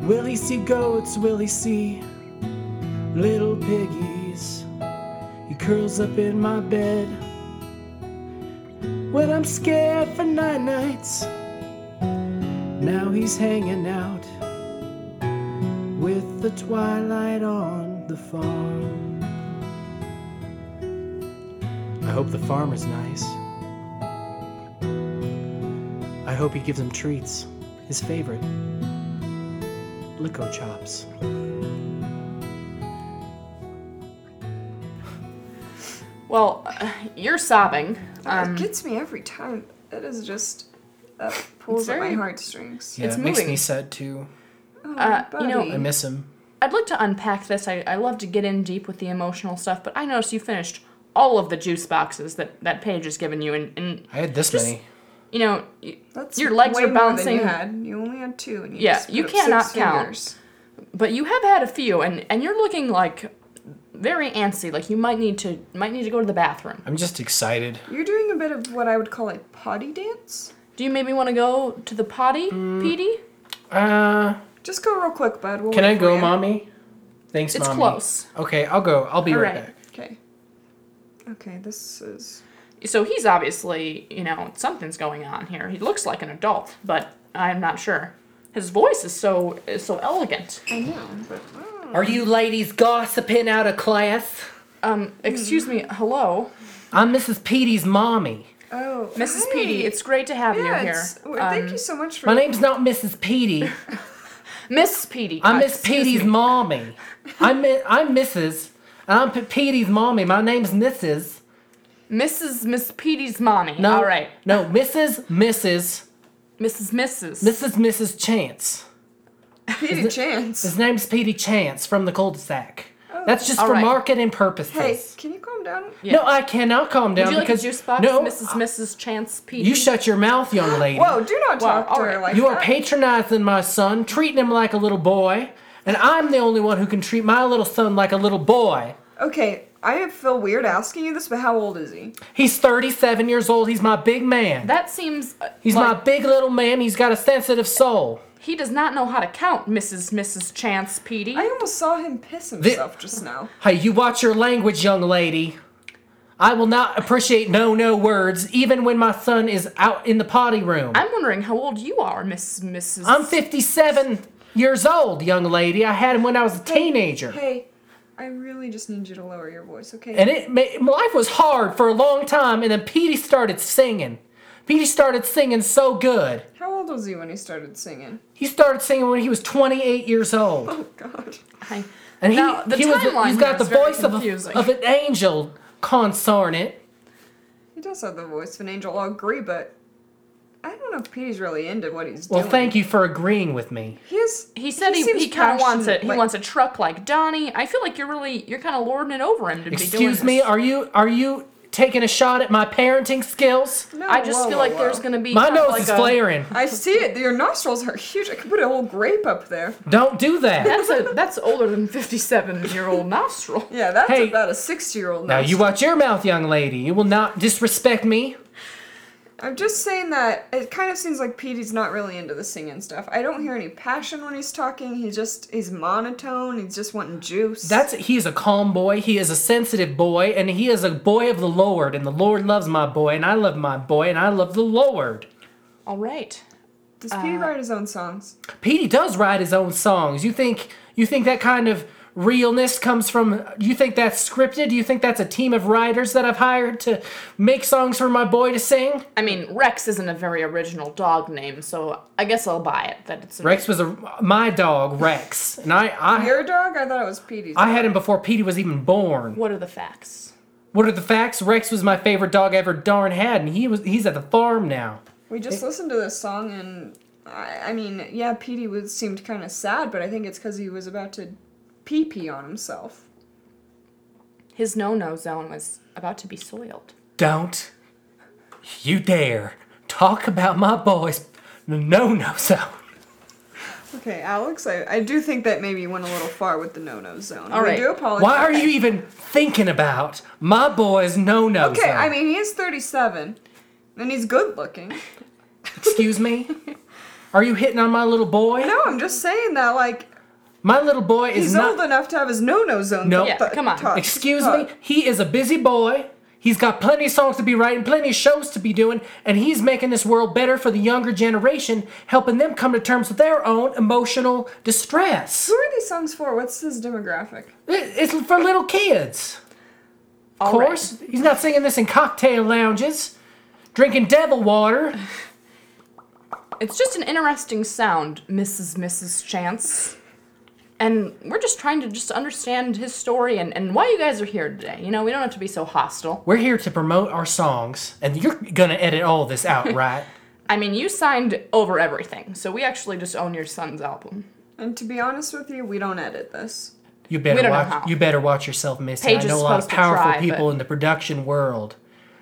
[SPEAKER 5] Will he see goats? Will he see little piggies? He curls up in my bed. When I'm scared for nine nights, now he's hanging out with the twilight on the farm. I hope the farmer's nice. I hope he gives him treats, his favorite Lico chops.
[SPEAKER 3] Well, uh, you're sobbing. Um,
[SPEAKER 2] it gets me every time. That is just that pulls at my
[SPEAKER 3] very-
[SPEAKER 2] heartstrings.
[SPEAKER 1] Yeah,
[SPEAKER 3] It's
[SPEAKER 1] it makes
[SPEAKER 3] moving.
[SPEAKER 1] me sad too.
[SPEAKER 2] Oh,
[SPEAKER 3] Uh, you know,
[SPEAKER 1] I
[SPEAKER 2] buddy.
[SPEAKER 1] miss him.
[SPEAKER 3] I'd like to unpack this. I, I love to get in deep with the emotional stuff, but I noticed you finished all of the juice boxes that that Paige has given you, and, and
[SPEAKER 1] I had this
[SPEAKER 3] Just-
[SPEAKER 1] many.
[SPEAKER 3] you know, y-
[SPEAKER 2] That's
[SPEAKER 3] your legs
[SPEAKER 2] way
[SPEAKER 3] are
[SPEAKER 2] more than
[SPEAKER 3] bouncing.
[SPEAKER 2] You, had. you only had two, and you
[SPEAKER 3] Yeah,
[SPEAKER 2] just put
[SPEAKER 3] you
[SPEAKER 2] up
[SPEAKER 3] cannot
[SPEAKER 2] six
[SPEAKER 3] count.
[SPEAKER 2] fingers.
[SPEAKER 3] but you have had a few, and and you're looking like very antsy. Like you might need to might need to go to the bathroom.
[SPEAKER 1] I'm just excited.
[SPEAKER 2] You're doing a bit of what I would call a potty dance.
[SPEAKER 3] Do you maybe want to go to the potty, Petey?
[SPEAKER 1] Uh,
[SPEAKER 2] Just go real quick, bud. We'll
[SPEAKER 1] can
[SPEAKER 2] wait
[SPEAKER 1] I
[SPEAKER 2] for
[SPEAKER 1] go,
[SPEAKER 2] you.
[SPEAKER 1] mommy? Thanks,
[SPEAKER 3] It's
[SPEAKER 5] um,
[SPEAKER 1] mommy.
[SPEAKER 3] close.
[SPEAKER 1] Okay, I'll go. I'll be
[SPEAKER 3] All
[SPEAKER 1] right,
[SPEAKER 3] right.
[SPEAKER 1] back.
[SPEAKER 2] Okay. Okay, this is
[SPEAKER 3] So he's obviously, you know, something's going on here. He looks like an adult, but I'm not sure. His voice is so is so elegant.
[SPEAKER 2] I know, but
[SPEAKER 5] Are you ladies gossiping out of class?
[SPEAKER 3] Um, excuse me, hello,
[SPEAKER 5] I'm Mrs. Petey's mommy.
[SPEAKER 2] oh,
[SPEAKER 3] Mrs.
[SPEAKER 2] hi.
[SPEAKER 3] Petey. It's great to have
[SPEAKER 2] yeah,
[SPEAKER 3] you here, Um,
[SPEAKER 2] it's- well, thank you so much for.
[SPEAKER 5] Um, My name's not Mrs. Petey.
[SPEAKER 3] Miss Petey.
[SPEAKER 5] I'm
[SPEAKER 3] uh,
[SPEAKER 5] Miss
[SPEAKER 3] excuse
[SPEAKER 5] Petey's
[SPEAKER 3] me.
[SPEAKER 5] mommy. I'm Mi- I'm Mrs. and I'm P- Petey's mommy. My name's Mrs.
[SPEAKER 3] Mrs. Miss Petey's mommy.
[SPEAKER 5] No,
[SPEAKER 3] All right,
[SPEAKER 5] No, Mrs. Mrs.
[SPEAKER 3] Mrs. Mrs.
[SPEAKER 5] Mrs. Mrs. Chance.
[SPEAKER 2] Petey Chance.
[SPEAKER 5] His name's Petey Chance from the cul-de-sac. That's just
[SPEAKER 3] Oh, All
[SPEAKER 5] for
[SPEAKER 3] right.
[SPEAKER 5] marketing purposes.
[SPEAKER 2] Hey, can you calm down?
[SPEAKER 5] No, I cannot calm down
[SPEAKER 3] Would you like a
[SPEAKER 5] because
[SPEAKER 3] juice box,
[SPEAKER 5] no, uh,
[SPEAKER 3] Mrs. Mrs. Chance Petey?
[SPEAKER 5] you shut your
[SPEAKER 3] [GASPS]
[SPEAKER 5] mouth, young lady.
[SPEAKER 2] Whoa, do not
[SPEAKER 3] Wow,
[SPEAKER 2] talk to her
[SPEAKER 3] alright.
[SPEAKER 2] like
[SPEAKER 5] You are
[SPEAKER 2] that.
[SPEAKER 5] patronizing my son, treating him like a little boy, and I'm the only one who can treat my little son like a little boy.
[SPEAKER 2] okay, I feel weird asking you this, but how old is he?
[SPEAKER 5] He's 37 years old. He's my big man.
[SPEAKER 3] That seems. uh,
[SPEAKER 5] He's
[SPEAKER 3] like
[SPEAKER 5] my big little man. He's got a sensitive soul.
[SPEAKER 3] He does not know how to count, Mrs. Mrs. Chance Petey.
[SPEAKER 2] I almost saw him piss himself just now.
[SPEAKER 5] Hey, you watch your language, young lady. I will not appreciate no no words, even when my son is out in the potty room.
[SPEAKER 3] I'm wondering how old you are, Miss Mrs.
[SPEAKER 5] I'm 57 years old, young lady. I had him when I was a teenager.
[SPEAKER 2] Hey, I really just need you to lower your voice, okay?
[SPEAKER 5] And it ma- life was hard for a long time, and then Petey started singing. Petey started singing so good.
[SPEAKER 2] How old was he when he started singing?
[SPEAKER 5] He started singing when he was 28 years old.
[SPEAKER 2] Oh God.
[SPEAKER 3] I,
[SPEAKER 5] And he,
[SPEAKER 3] Now, the
[SPEAKER 5] he was,
[SPEAKER 3] timeline
[SPEAKER 5] he's
[SPEAKER 3] here
[SPEAKER 5] got the
[SPEAKER 3] is very
[SPEAKER 5] voice of, a,
[SPEAKER 3] confusing.
[SPEAKER 5] of an angel concern it.
[SPEAKER 2] He does have the voice of an angel. I'll agree, but I don't know if Petey's really into what he's
[SPEAKER 5] Well,
[SPEAKER 2] doing.
[SPEAKER 5] thank you for agreeing with me.
[SPEAKER 2] He is.
[SPEAKER 3] he said he, he,
[SPEAKER 2] seems
[SPEAKER 3] kind of wants it.
[SPEAKER 2] passionate,
[SPEAKER 3] He
[SPEAKER 2] like-
[SPEAKER 3] wants a truck like Donnie. I feel like you're really you're kind of lording it over him to be doing
[SPEAKER 5] Excuse me,
[SPEAKER 3] this.
[SPEAKER 5] are you are you taking a shot at my parenting skills?
[SPEAKER 2] No,
[SPEAKER 3] I just
[SPEAKER 2] whoa,
[SPEAKER 3] feel
[SPEAKER 2] whoa,
[SPEAKER 3] like
[SPEAKER 2] whoa.
[SPEAKER 3] there's gonna be
[SPEAKER 5] My
[SPEAKER 3] kind of
[SPEAKER 5] nose
[SPEAKER 3] like
[SPEAKER 5] is
[SPEAKER 3] a-
[SPEAKER 5] flaring.
[SPEAKER 2] I see it. Your nostrils are huge. I could put a whole grape up there.
[SPEAKER 5] Don't do that.
[SPEAKER 3] That's a that's older than fifty seven year old nostril.
[SPEAKER 2] Yeah, that's
[SPEAKER 5] Hey.
[SPEAKER 2] about a sixty-year-old.
[SPEAKER 5] now you
[SPEAKER 2] nostril.
[SPEAKER 5] watch your mouth, young lady. You will not disrespect me.
[SPEAKER 2] I'm just saying that it kind of seems like Petey's not really into the singing stuff. I don't hear any passion when he's talking. He just he's monotone. He's just wanting juice.
[SPEAKER 5] That's he is a calm boy. He is a sensitive boy, and he is a boy of the Lord. And the Lord loves my boy, and I love my boy, and I love the Lord.
[SPEAKER 3] All right.
[SPEAKER 2] does
[SPEAKER 3] uh,
[SPEAKER 2] Petey write his own songs?
[SPEAKER 5] Petey does write his own songs. You think you think that kind of realness comes from? You think that's scripted? You think that's a team of writers that I've hired to make songs for my boy to sing?
[SPEAKER 3] I mean, Rex isn't a very original dog name, so I guess I'll buy it that it's an-
[SPEAKER 5] Rex was a my dog Rex, and I I,
[SPEAKER 2] Your dog? I thought it was Petey's.
[SPEAKER 5] I had him before Petey was even born.
[SPEAKER 3] What are the facts?
[SPEAKER 5] What are the facts? Rex was my favorite dog I ever darn had, and he was he's at the farm now.
[SPEAKER 2] We just listened to this song, and I, I mean, yeah, Petey was seemed kind of sad, but I think it's because he was about to pee pee on himself.
[SPEAKER 3] His no-no zone was about to be soiled.
[SPEAKER 5] Don't you dare talk about my boys. No, no, so.
[SPEAKER 2] Okay, Alex, I, I do think that maybe you went a little far with the no no zone.
[SPEAKER 3] All
[SPEAKER 2] we
[SPEAKER 3] right.
[SPEAKER 2] do apologize.
[SPEAKER 5] Why are you even thinking about my boy's no no?
[SPEAKER 2] Okay, I mean, he is 37, and he's good looking.
[SPEAKER 5] excuse me. Are you hitting on my little boy?
[SPEAKER 2] No, I'm just saying that, like,
[SPEAKER 5] My little boy is
[SPEAKER 2] he's
[SPEAKER 5] not.
[SPEAKER 2] old enough to have his no no zone.
[SPEAKER 5] No.
[SPEAKER 3] Yeah,
[SPEAKER 2] th-
[SPEAKER 3] come on.
[SPEAKER 2] touched.
[SPEAKER 5] Excuse
[SPEAKER 2] Touched.
[SPEAKER 5] me. He is a busy boy. He's got plenty of songs to be writing, plenty of shows to be doing, and he's making this world better for the younger generation, helping them come to terms with their own emotional distress.
[SPEAKER 2] Who are these songs for? What's his demographic?
[SPEAKER 5] It- It's for little kids. Of
[SPEAKER 3] All right.
[SPEAKER 5] course. He's not singing this in cocktail lounges, drinking devil water.
[SPEAKER 3] It's just an interesting sound, Mrs. Mrs. Chance. And we're just trying to just understand his story and, and why you guys are here today. You know, we don't have to be so hostile.
[SPEAKER 5] We're here to promote our songs, and you're gonna edit all
[SPEAKER 3] [LAUGHS]
[SPEAKER 5] this out, right?
[SPEAKER 3] I mean, you signed over everything, so we actually just own your son's album.
[SPEAKER 2] And to be honest with you, we don't edit this.
[SPEAKER 5] You
[SPEAKER 3] We
[SPEAKER 5] better
[SPEAKER 3] don't know
[SPEAKER 5] watch.
[SPEAKER 3] how.
[SPEAKER 5] You better watch yourself, Missy.
[SPEAKER 3] Paige
[SPEAKER 5] I
[SPEAKER 3] is
[SPEAKER 5] know a lot of
[SPEAKER 3] supposed to
[SPEAKER 5] powerful
[SPEAKER 3] try,
[SPEAKER 5] people
[SPEAKER 3] but-
[SPEAKER 5] in the production world.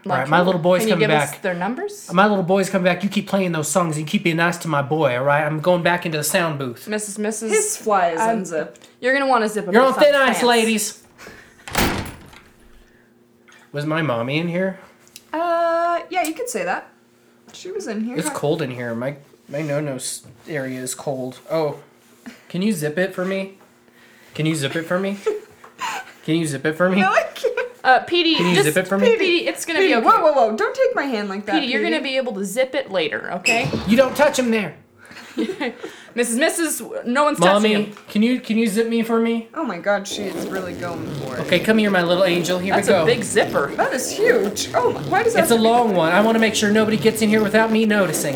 [SPEAKER 3] Like,
[SPEAKER 5] all right, my little boy's
[SPEAKER 3] Can you
[SPEAKER 5] coming
[SPEAKER 3] give
[SPEAKER 5] back.
[SPEAKER 3] us their numbers?
[SPEAKER 5] My little boy's coming back. You keep playing those songs and you keep being nice to my boy, all right? I'm going back into the sound booth.
[SPEAKER 3] Mrs. Mrs.
[SPEAKER 2] His fly is
[SPEAKER 3] I'm-
[SPEAKER 2] unzipped.
[SPEAKER 3] um, You're gonna want to zip up.
[SPEAKER 5] You're
[SPEAKER 3] your
[SPEAKER 5] on thin
[SPEAKER 3] son's
[SPEAKER 5] ice,
[SPEAKER 3] pants.
[SPEAKER 5] ladies. Was my mommy in here?
[SPEAKER 2] Uh, yeah, you could say that. She was in here.
[SPEAKER 5] It's cold in here. My my no no area is cold. Oh, can you zip it for me? Can you zip it for
[SPEAKER 3] [LAUGHS]
[SPEAKER 5] me? Can you zip it for
[SPEAKER 2] [LAUGHS]
[SPEAKER 5] me?
[SPEAKER 2] No, I can't.
[SPEAKER 3] Uh, Petey,
[SPEAKER 5] Can you
[SPEAKER 3] just,
[SPEAKER 5] zip it for me?
[SPEAKER 3] Petey, it's gonna
[SPEAKER 2] Petey,
[SPEAKER 3] be okay.
[SPEAKER 2] whoa, whoa, whoa! Don't take my hand like that.
[SPEAKER 3] Petey, you're gonna be able to zip it later, okay? [LAUGHS]
[SPEAKER 5] You don't touch him there,
[SPEAKER 3] Mrs. Mrs. No one's touching
[SPEAKER 5] mommy.
[SPEAKER 3] him.
[SPEAKER 5] Can you can you zip me for me?
[SPEAKER 2] Oh my God, she is really going for it.
[SPEAKER 5] Okay, come here, my little angel. Here
[SPEAKER 3] That's
[SPEAKER 5] we go.
[SPEAKER 3] a big zipper. Uh,
[SPEAKER 2] That is huge. Oh, my, why does that?
[SPEAKER 5] it's
[SPEAKER 2] have to
[SPEAKER 5] a
[SPEAKER 2] be-
[SPEAKER 5] long one. I want to make sure nobody gets in here without me noticing.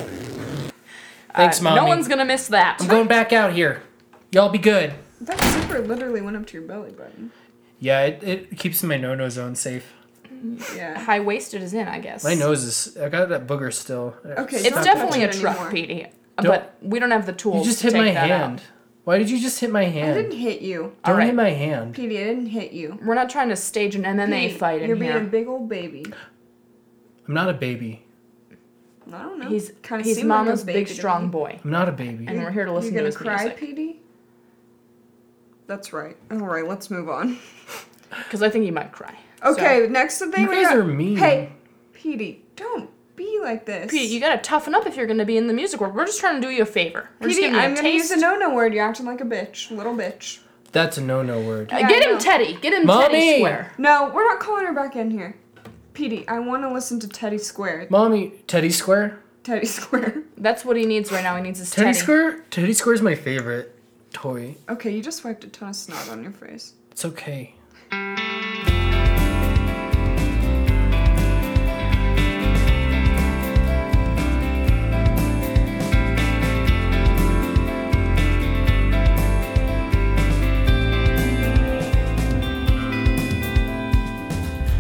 [SPEAKER 5] Thanks,
[SPEAKER 3] Uh,
[SPEAKER 5] mommy.
[SPEAKER 3] No one's gonna miss that.
[SPEAKER 5] I'm going back out here. Y'all be good.
[SPEAKER 2] That zipper literally went up to your belly button.
[SPEAKER 5] Yeah, it, it keeps my no no zone safe.
[SPEAKER 2] Yeah.
[SPEAKER 3] High waisted is in, I guess.
[SPEAKER 5] My nose is. I got that booger still.
[SPEAKER 2] Okay.
[SPEAKER 3] It's
[SPEAKER 2] Don't
[SPEAKER 3] definitely a
[SPEAKER 2] touch it
[SPEAKER 3] truck,
[SPEAKER 2] anymore.
[SPEAKER 3] Petey. uh,
[SPEAKER 5] Don't-
[SPEAKER 3] But we don't have the tools.
[SPEAKER 5] You just
[SPEAKER 3] to
[SPEAKER 5] hit
[SPEAKER 3] take
[SPEAKER 5] my
[SPEAKER 3] that out.
[SPEAKER 5] hand. Why did you just hit my
[SPEAKER 2] I
[SPEAKER 5] hand?
[SPEAKER 2] didn't hit you,
[SPEAKER 5] Don't
[SPEAKER 3] Alright.
[SPEAKER 5] hit my hand.
[SPEAKER 2] Petey. I didn't hit you.
[SPEAKER 3] We're not trying to stage an MMA
[SPEAKER 2] Petey,
[SPEAKER 3] fight in
[SPEAKER 2] you're
[SPEAKER 3] here.
[SPEAKER 2] being a big old baby.
[SPEAKER 5] I'm not a baby.
[SPEAKER 2] I don't know.
[SPEAKER 3] he's
[SPEAKER 2] Kinda
[SPEAKER 3] he's
[SPEAKER 2] seem like a
[SPEAKER 3] mama's big
[SPEAKER 2] baby to
[SPEAKER 3] strong
[SPEAKER 2] me.
[SPEAKER 3] boy,
[SPEAKER 5] I'm not a baby.
[SPEAKER 3] and we're here to
[SPEAKER 2] You
[SPEAKER 3] listen to
[SPEAKER 2] gonna
[SPEAKER 3] his
[SPEAKER 2] cry,
[SPEAKER 3] music.
[SPEAKER 2] Petey? That's right. All right, let's move on.
[SPEAKER 3] Because I think he might cry.
[SPEAKER 2] Okay, next thing
[SPEAKER 5] You
[SPEAKER 2] we
[SPEAKER 5] guys
[SPEAKER 2] got-
[SPEAKER 5] are mean.
[SPEAKER 2] Hey, Petey, don't be like this.
[SPEAKER 3] Petey, you gotta toughen up if you're gonna be in the music world. We're just trying to do you a favor. We're just
[SPEAKER 2] Petey,
[SPEAKER 3] giving you a
[SPEAKER 2] I'm gonna
[SPEAKER 3] taste.
[SPEAKER 2] use a no-no word. You're acting like a bitch, little bitch.
[SPEAKER 5] That's a no no word.
[SPEAKER 3] Uh,
[SPEAKER 2] Yeah, I
[SPEAKER 3] Get him,
[SPEAKER 2] know.
[SPEAKER 3] Teddy. Get him,
[SPEAKER 5] Mommy!
[SPEAKER 3] Teddy Square.
[SPEAKER 2] No, we're not calling her back in here. Petey, I want to listen to Teddy Square.
[SPEAKER 5] Mommy, Teddy Square?
[SPEAKER 2] Teddy [LAUGHS] Square.
[SPEAKER 3] That's what he needs right now. He needs his
[SPEAKER 5] Teddy,
[SPEAKER 3] Teddy.
[SPEAKER 5] Square? Teddy Square is my favorite toy.
[SPEAKER 2] Okay, you just wiped a ton of snot on your face.
[SPEAKER 5] It's okay.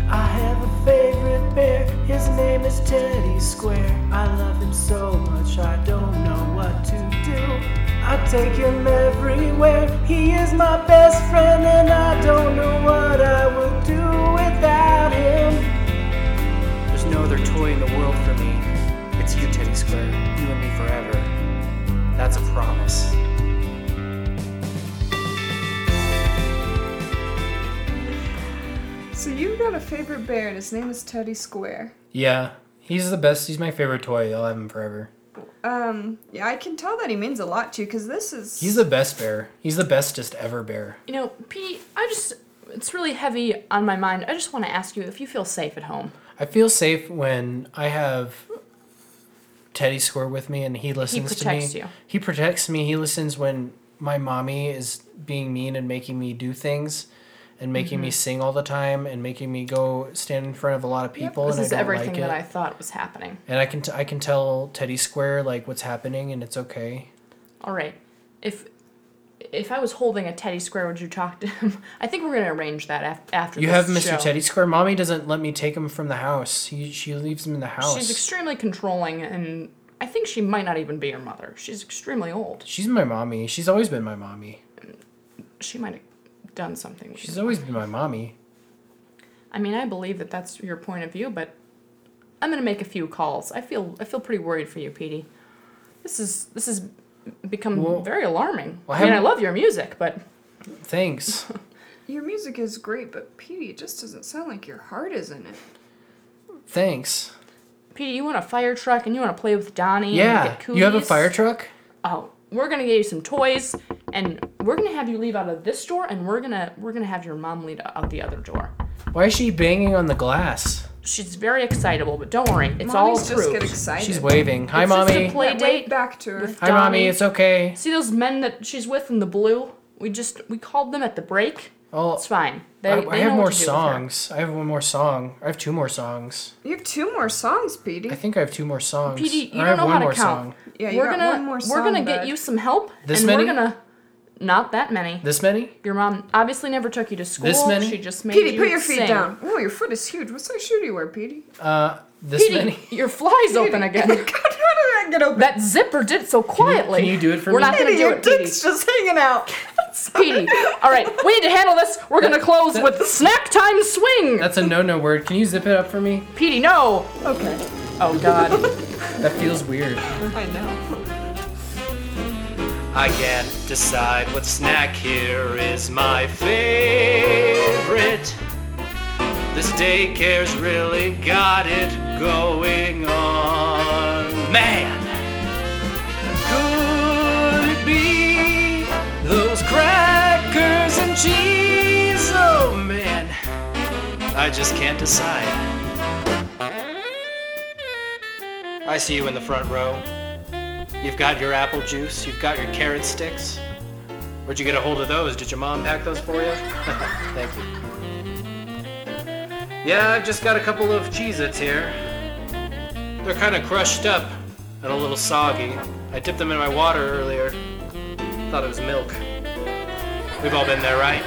[SPEAKER 6] I have a favorite bear. His name is Teddy Square. I love him so much, I don't know what to do. I take him everywhere. He is my best friend, and I don't know what I would do without him.
[SPEAKER 1] There's no other toy in the world for me. It's you, Teddy Square. You and me forever. That's a promise.
[SPEAKER 2] So you got a favorite bear, and his name is Teddy Square.
[SPEAKER 5] Yeah, he's the best. He's my favorite toy. I'll have him forever.
[SPEAKER 2] Um, yeah, I can tell that he means a lot to you because this is.
[SPEAKER 5] He's the best bear. He's the bestest ever bear.
[SPEAKER 3] You know, Pete, I just, it's really heavy on my mind. I just want to ask you if you feel safe at home.
[SPEAKER 5] I feel safe when I have Teddy Square with me and he listens
[SPEAKER 3] protects
[SPEAKER 5] to me.
[SPEAKER 3] you.
[SPEAKER 5] He protects me. He listens when my mommy is being mean and making me do things and making
[SPEAKER 3] Mm-hmm.
[SPEAKER 5] me sing all the time and making me go stand in front of a lot of people
[SPEAKER 3] This
[SPEAKER 5] and
[SPEAKER 3] is
[SPEAKER 5] I don't
[SPEAKER 3] everything
[SPEAKER 5] like it.
[SPEAKER 3] that I thought was happening.
[SPEAKER 5] And I can t- I can tell Teddy Square like what's happening and it's okay.
[SPEAKER 3] All right. If if I was holding a teddy square, would you talk to him? [LAUGHS] I think we're gonna arrange that af- after.
[SPEAKER 5] You
[SPEAKER 3] this
[SPEAKER 5] have Mr.
[SPEAKER 3] show.
[SPEAKER 5] Teddy Square. Mommy doesn't let me take him from the house. He, she leaves him in the house.
[SPEAKER 3] She's extremely controlling, and I think she might not even be your mother. She's extremely old.
[SPEAKER 5] She's my mommy. She's always been my mommy.
[SPEAKER 3] She might have done something. with
[SPEAKER 5] She's
[SPEAKER 3] you.
[SPEAKER 5] always been my mommy.
[SPEAKER 3] I mean, I believe that that's your point of view, but I'm gonna make a few calls. I feel I feel pretty worried for you, Petey. This is this has become
[SPEAKER 5] Well-
[SPEAKER 3] very alarming.
[SPEAKER 5] Well,
[SPEAKER 3] I mean, I
[SPEAKER 5] haven't-
[SPEAKER 3] love your music, but [LAUGHS]
[SPEAKER 5] Thanks.
[SPEAKER 2] Your music is great, but Petey, it just doesn't sound like your heart is in it.
[SPEAKER 5] Thanks.
[SPEAKER 3] Mm-hmm. Petey, you want a fire truck, and you want to play with Donnie.
[SPEAKER 5] Yeah.
[SPEAKER 3] and get
[SPEAKER 5] You have a
[SPEAKER 3] cooties?
[SPEAKER 5] fire truck?
[SPEAKER 3] oh we're gonna get you some toys and we're gonna have you leave out of this door and we're gonna we're gonna have your mom lead out the other door
[SPEAKER 5] Why is she banging on the glass?
[SPEAKER 3] she's very excitable but don't worry it's
[SPEAKER 2] Mommies
[SPEAKER 3] all
[SPEAKER 2] just
[SPEAKER 3] approved
[SPEAKER 2] get excited.
[SPEAKER 5] She's waving. Hi,
[SPEAKER 3] It's just a
[SPEAKER 5] mommy.
[SPEAKER 3] play
[SPEAKER 2] Wait,
[SPEAKER 3] date
[SPEAKER 2] back to her.
[SPEAKER 3] with
[SPEAKER 5] Hi, mommy.
[SPEAKER 3] Donnie.
[SPEAKER 5] It's okay.
[SPEAKER 3] see those men that she's with in the blue we just we called them at the break
[SPEAKER 5] Oh,
[SPEAKER 3] it's fine they,
[SPEAKER 5] I,
[SPEAKER 3] they
[SPEAKER 5] I
[SPEAKER 3] know
[SPEAKER 5] have
[SPEAKER 3] what
[SPEAKER 5] more
[SPEAKER 3] to do with her.
[SPEAKER 5] songs. I have one more song. I have two more songs.
[SPEAKER 2] You have two more songs, Petey.
[SPEAKER 5] I think I have two more songs.
[SPEAKER 3] PD, you
[SPEAKER 5] Or I
[SPEAKER 3] don't
[SPEAKER 5] have
[SPEAKER 3] know
[SPEAKER 5] one
[SPEAKER 3] how to
[SPEAKER 5] more
[SPEAKER 3] count.
[SPEAKER 5] song.
[SPEAKER 2] Yeah, you
[SPEAKER 3] we're
[SPEAKER 2] got
[SPEAKER 3] gonna
[SPEAKER 2] one more song.
[SPEAKER 3] we're gonna get
[SPEAKER 2] bud.
[SPEAKER 3] you some help
[SPEAKER 5] This
[SPEAKER 3] and
[SPEAKER 5] many?
[SPEAKER 3] we're gonna not that many
[SPEAKER 5] This many?
[SPEAKER 3] your mom obviously never took you to school
[SPEAKER 5] many?
[SPEAKER 3] she just made
[SPEAKER 2] Petey,
[SPEAKER 3] you
[SPEAKER 2] put your feet
[SPEAKER 3] sing.
[SPEAKER 2] down. Oh, your foot is huge. What size shoe do you wear, Petey?
[SPEAKER 5] Uh, this
[SPEAKER 3] Petey,
[SPEAKER 5] many? [LAUGHS]
[SPEAKER 3] your
[SPEAKER 2] [LAUGHS]
[SPEAKER 3] fly's open again. [LAUGHS]
[SPEAKER 2] God, how did that get open?
[SPEAKER 3] That zipper did it so quietly.
[SPEAKER 5] can you do it for
[SPEAKER 3] We're
[SPEAKER 5] me?
[SPEAKER 3] not gonna
[SPEAKER 2] Petey,
[SPEAKER 3] do
[SPEAKER 2] your
[SPEAKER 3] it, Petey.
[SPEAKER 2] dick's just hanging out. [LAUGHS]
[SPEAKER 3] Petey. All right, we need to handle this. We're gonna close with snack time swing.
[SPEAKER 5] That's a no-no word. Can you zip it up for me?
[SPEAKER 3] Petey, no.
[SPEAKER 2] Okay,
[SPEAKER 3] Oh God.
[SPEAKER 5] That feels weird.
[SPEAKER 2] I know.
[SPEAKER 1] I can't decide what snack here is my favorite. This daycare's really got it going on. Man, could it be those crackers and cheese? Oh man, I just can't decide. I see you in the front row. You've got your apple juice, you've got your carrot sticks. Where'd you get a hold of those? Did your mom pack those for you? [LAUGHS] Thank you. Yeah, I've just got a couple of Cheez Its here. They're kind of crushed up and a little soggy. I dipped them in my water earlier. Thought it was milk. We've all been there, right?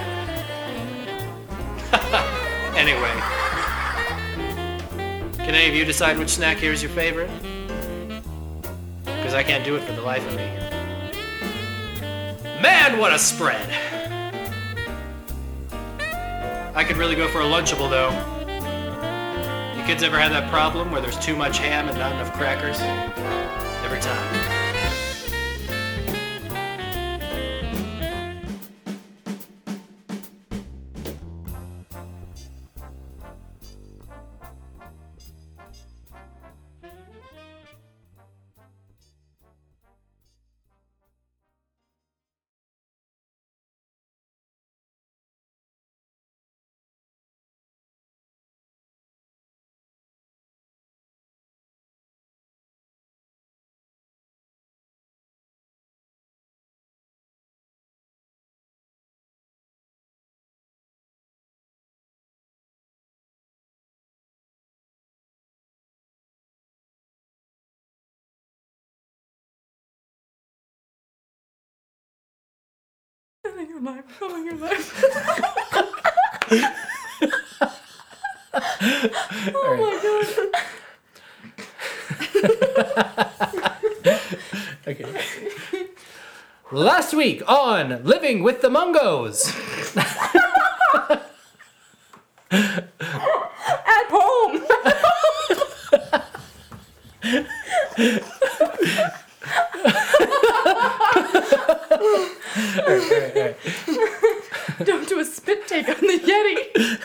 [SPEAKER 1] [LAUGHS] anyway. Can any of you decide which snack here is your favorite? because I can't do it for the life of me. Man, what a spread! I could really go for a Lunchable, though. You kids ever had that problem where there's too much ham and not enough crackers? Every time.
[SPEAKER 3] your life, filling your life. oh my god.
[SPEAKER 5] Okay. [LAUGHS] Last week on Living with the Mungos.
[SPEAKER 2] At home!
[SPEAKER 5] All right, all right, all right.
[SPEAKER 3] Don't do a spit take on the Yeti.